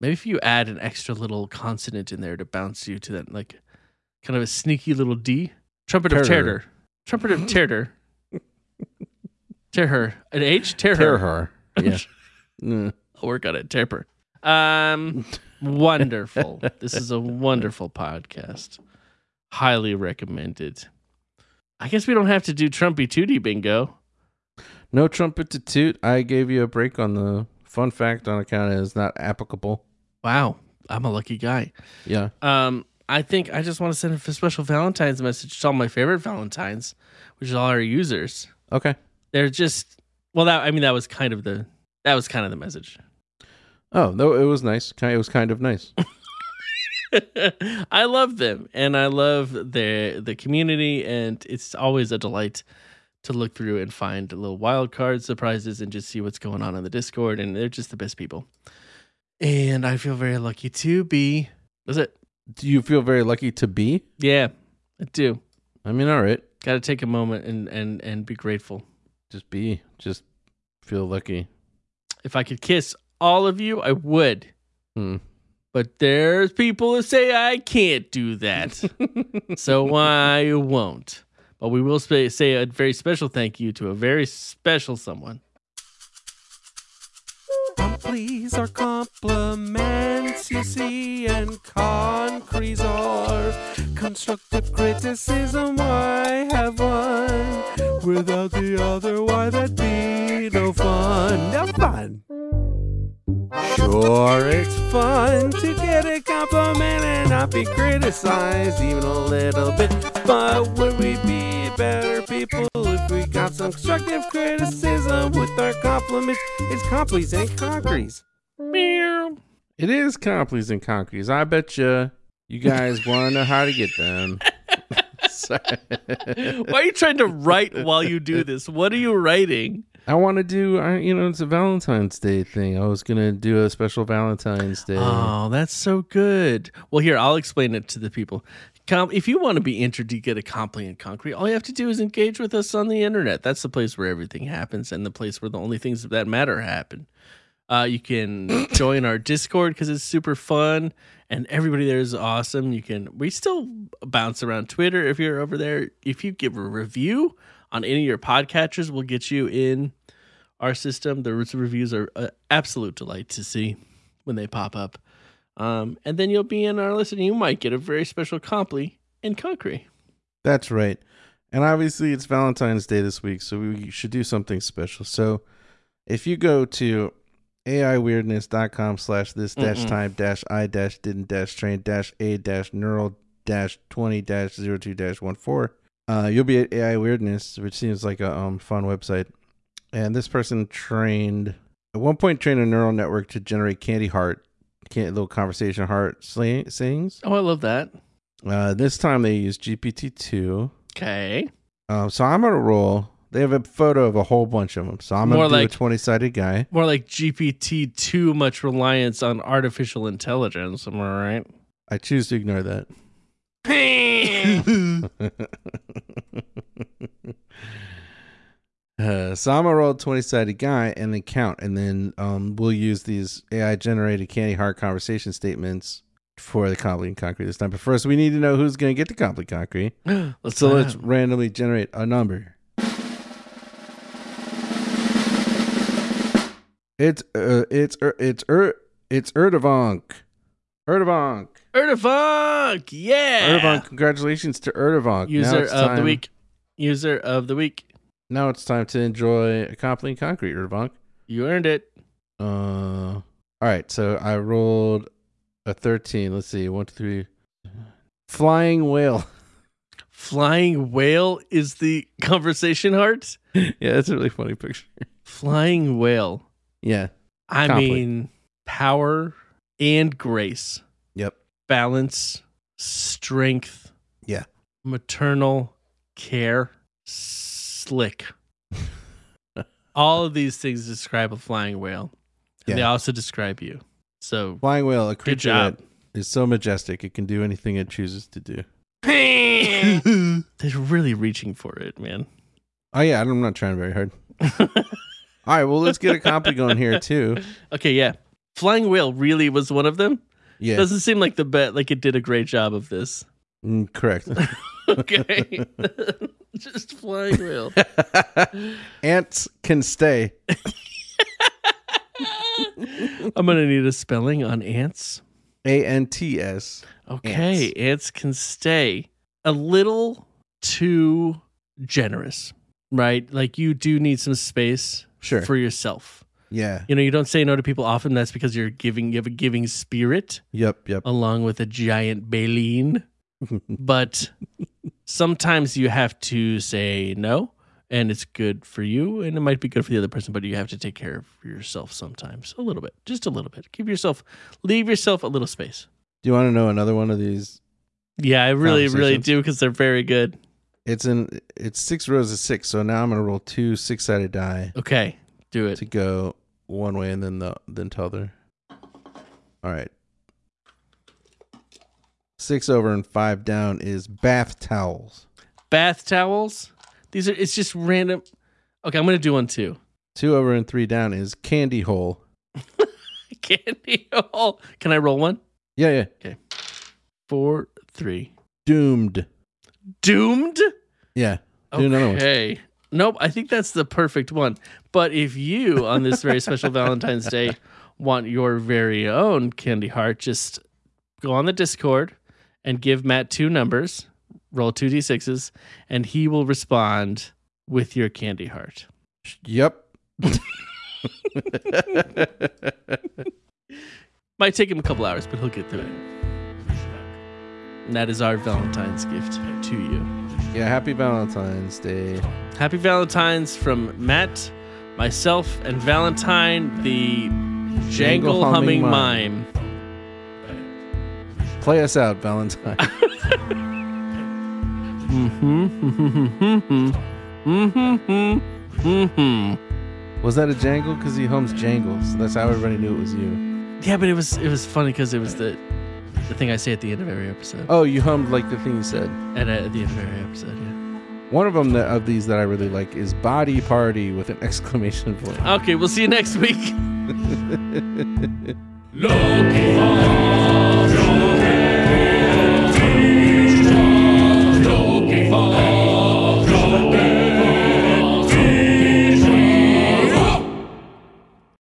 [SPEAKER 3] Maybe if you add an extra little consonant in there to bounce you to that, like kind of a sneaky little D. Trumpet of
[SPEAKER 2] Terror.
[SPEAKER 3] terror. Trumpet of
[SPEAKER 2] (laughs)
[SPEAKER 3] terror. terror. An H? Terror.
[SPEAKER 2] Terror.
[SPEAKER 3] (laughs)
[SPEAKER 2] Yeah. Mm.
[SPEAKER 3] I'll work on it. Terror. Um,
[SPEAKER 2] (laughs)
[SPEAKER 3] wonderful. this is a wonderful podcast. Highly recommended. I guess we don't have to do Trumpy Tootie bingo.
[SPEAKER 2] No trumpet to toot. I gave you a break on the fun fact on account of it's not applicable.
[SPEAKER 3] Wow. I'm a lucky guy.
[SPEAKER 2] Yeah.
[SPEAKER 3] Um, I think I just want to send a special Valentine's message to all my favorite Valentines, which is all our users.
[SPEAKER 2] Okay.
[SPEAKER 3] They're just well, that I mean, that was kind of the that was kind of the message. (laughs)
[SPEAKER 2] Oh, no, it was nice. Ki- It was kind of nice.
[SPEAKER 3] I love them, and I love the the community, and it's always a delight to look through and find little wild card surprises and just see what's going on in the Discord, and they're just the best people. And I feel very lucky to be. Is it?
[SPEAKER 2] Do you feel very lucky to be?
[SPEAKER 3] Yeah, I do.
[SPEAKER 2] I mean, all right.
[SPEAKER 3] Got to take a moment and and and be grateful.
[SPEAKER 2] Just be. Just feel lucky.
[SPEAKER 3] If I could kiss all of you, I would.
[SPEAKER 2] Hmm.
[SPEAKER 3] But there's people that say I can't do that. so I won't. But we will sp- say a very special thank you to a very special someone.
[SPEAKER 5] Please are compliments, you see, and concretes are constructive criticism. I have one. Without the other, why that'd be no fun. No fun. Sure, it's fun to get a compliment and not be criticized even a little bit. But would we be better people if we got some constructive criticism with our compliments? It's complies and concretes.
[SPEAKER 3] Meow.
[SPEAKER 2] It is Compleys and Concretes. I bet you you
[SPEAKER 5] (laughs)
[SPEAKER 2] guys want to know how to get them. (laughs) Sorry.
[SPEAKER 3] Why are you trying to write while you do this? What are you writing?
[SPEAKER 2] I want to do, I, you know, it's a Valentine's Day thing. I was going to do a special Valentine's Day.
[SPEAKER 5] Ah,
[SPEAKER 3] Oh, that's so good. Well, here, I'll explain it to the people. Com- if you want to be entered to get a Comply and Concrete, all you have to do is engage with us on the internet. That's the place where everything happens and the place where the only things that matter happen. Uh, you can join our Discord because it's super fun and everybody there is awesome. You can we still bounce around Twitter if you're over there. If you give a review on any of your podcatchers, we'll get you in our system. The reviews are an absolute delight to see when they pop up. Um, and then you'll be in our list and you might get a very special comply in Concrete.
[SPEAKER 2] That's right. And obviously, it's Valentine's Day this week, so we should do something special. So, if you go to AIweirdness.com slash this dash time dash I dash didn't dash train dash A dash neural dash 20 dash 02 dash 14. Uh, you'll be at AI Weirdness, which seems like a um, fun website. And this person trained, at one point, trained a neural network to generate candy heart, can little conversation heart sli- sayings.
[SPEAKER 3] Oh, I love that.
[SPEAKER 2] Uh, this time they used GPT-2.
[SPEAKER 3] Okay.
[SPEAKER 2] Um, so I'm on a roll. They have a photo of a whole bunch of them. So I'm going to
[SPEAKER 3] More
[SPEAKER 2] do
[SPEAKER 3] like-
[SPEAKER 2] a 20-sided guy.
[SPEAKER 3] More like GPT too much reliance on artificial intelligence. Am I right?
[SPEAKER 2] I choose to ignore that. (laughs) Uh, so I'm gonna roll a 20 sided guy and then count, and then um, we'll use these AI generated candy heart conversation statements for the complete and concrete this time. But first, we need to know who's gonna get the complete and concrete.
[SPEAKER 3] (laughs) Let's
[SPEAKER 2] So
[SPEAKER 3] find
[SPEAKER 2] let's
[SPEAKER 3] out.
[SPEAKER 2] randomly generate a number. It's uh, it's er, it's er, it's Erdevonk. Erdevonk.
[SPEAKER 3] Erdevonk. Yeah.
[SPEAKER 2] Erdevonk, congratulations to Erdevonk.
[SPEAKER 3] User
[SPEAKER 2] it's
[SPEAKER 3] of the
[SPEAKER 2] time-
[SPEAKER 3] week. User of the week.
[SPEAKER 2] Now it's time to enjoy a complete and concrete, Erdevonk.
[SPEAKER 3] You earned it.
[SPEAKER 2] Uh, all right. So I rolled a thirteen. Let's see, one, two, three. Flying whale. (laughs)
[SPEAKER 3] Flying whale is the (laughs) conversation heart.
[SPEAKER 2] yeah, that's a really funny picture.
[SPEAKER 3] Flying whale.
[SPEAKER 2] Yeah.
[SPEAKER 3] I
[SPEAKER 2] Complete.
[SPEAKER 3] mean, power and grace,
[SPEAKER 2] Yep.
[SPEAKER 3] balance, strength.
[SPEAKER 2] Yeah.
[SPEAKER 3] Maternal care, slick.
[SPEAKER 2] (laughs)
[SPEAKER 3] All of these things describe a flying whale. And They
[SPEAKER 2] Yeah.
[SPEAKER 3] also describe you.
[SPEAKER 2] (laughs)
[SPEAKER 3] So, (laughs)
[SPEAKER 2] Flying whale, a creature
[SPEAKER 3] job.
[SPEAKER 2] that is so majestic it can do anything it chooses to do.
[SPEAKER 3] they're really reaching for it, man.
[SPEAKER 2] Oh yeah, I'm not trying very hard. All right, well let's get a copy going here too.
[SPEAKER 3] Okay, yeah. Flying whale really was one of them.
[SPEAKER 2] Yeah,
[SPEAKER 3] Doesn't seem like the bet like it did a great job of this.
[SPEAKER 2] (laughs) mm, correct.
[SPEAKER 3] Okay. (laughs) Just flying
[SPEAKER 2] (laughs)
[SPEAKER 3] whale.
[SPEAKER 2] Ants can stay.
[SPEAKER 3] I'm gonna need a spelling on ants.
[SPEAKER 2] A N T S.
[SPEAKER 3] Okay, ants. can stay a little too generous, right? Like you do need some space
[SPEAKER 2] Sure.
[SPEAKER 3] for yourself.
[SPEAKER 2] Yeah.
[SPEAKER 3] You know, you don't say no to people often. That's because you're giving. You have a giving spirit
[SPEAKER 2] Yep. Yep.
[SPEAKER 3] along with a giant baleen. but sometimes you have to say no, and it's good for you, and it might be good for the other person. But you have to take care of yourself sometimes, a little bit, just a little bit. Give yourself, leave yourself a little space.
[SPEAKER 2] Do you want to know another one of these?
[SPEAKER 3] Yeah, I really, really
[SPEAKER 2] conversations.
[SPEAKER 3] do because they're very good.
[SPEAKER 2] It's in. It's six rows of six. So now I'm gonna roll two six sided die
[SPEAKER 3] Okay, do it.
[SPEAKER 2] to go one way and then the then to other. All right. Six over and five down is bath towels.
[SPEAKER 3] Bath towels. These are. It's just random. Okay, I'm gonna do one (laughs) too.
[SPEAKER 2] Two over and three down is candy hole.
[SPEAKER 3] Candy hole. Can I roll one?
[SPEAKER 2] Yeah, yeah.
[SPEAKER 3] Four, three.
[SPEAKER 2] Doomed.
[SPEAKER 3] Doomed.
[SPEAKER 2] Yeah. Do another one.
[SPEAKER 3] Okay. Nope. I think that's the perfect one. But if you on this very (laughs) special Valentine's Day want your very own candy heart, just go on the Discord and give Matt two numbers, roll two d sixes, and he will respond with your candy heart.
[SPEAKER 2] Yep.
[SPEAKER 3] Might take him a couple hours, but he'll get through it. And that is our Valentine's gift to you.
[SPEAKER 2] Yeah. Happy Valentine's Day.
[SPEAKER 3] Happy Valentine's from Matt, myself, and Valentine, the jangle humming mime.
[SPEAKER 2] Play us out, Valentine. Mm-hmm. (laughs) Mm-hmm. Was that a jangle? Because he hums jangles. That's how everybody knew it was you.
[SPEAKER 3] Yeah, but it was it was funny because it was the the thing I say at the end of every episode.
[SPEAKER 2] Oh, you hummed like the thing you said.
[SPEAKER 3] And at the end of every episode, yeah.
[SPEAKER 2] One of them that, of these that I really like is Body Party with an (laughs) exclamation point.
[SPEAKER 3] (laughs) Okay, we'll see you next week.
[SPEAKER 1] Looking for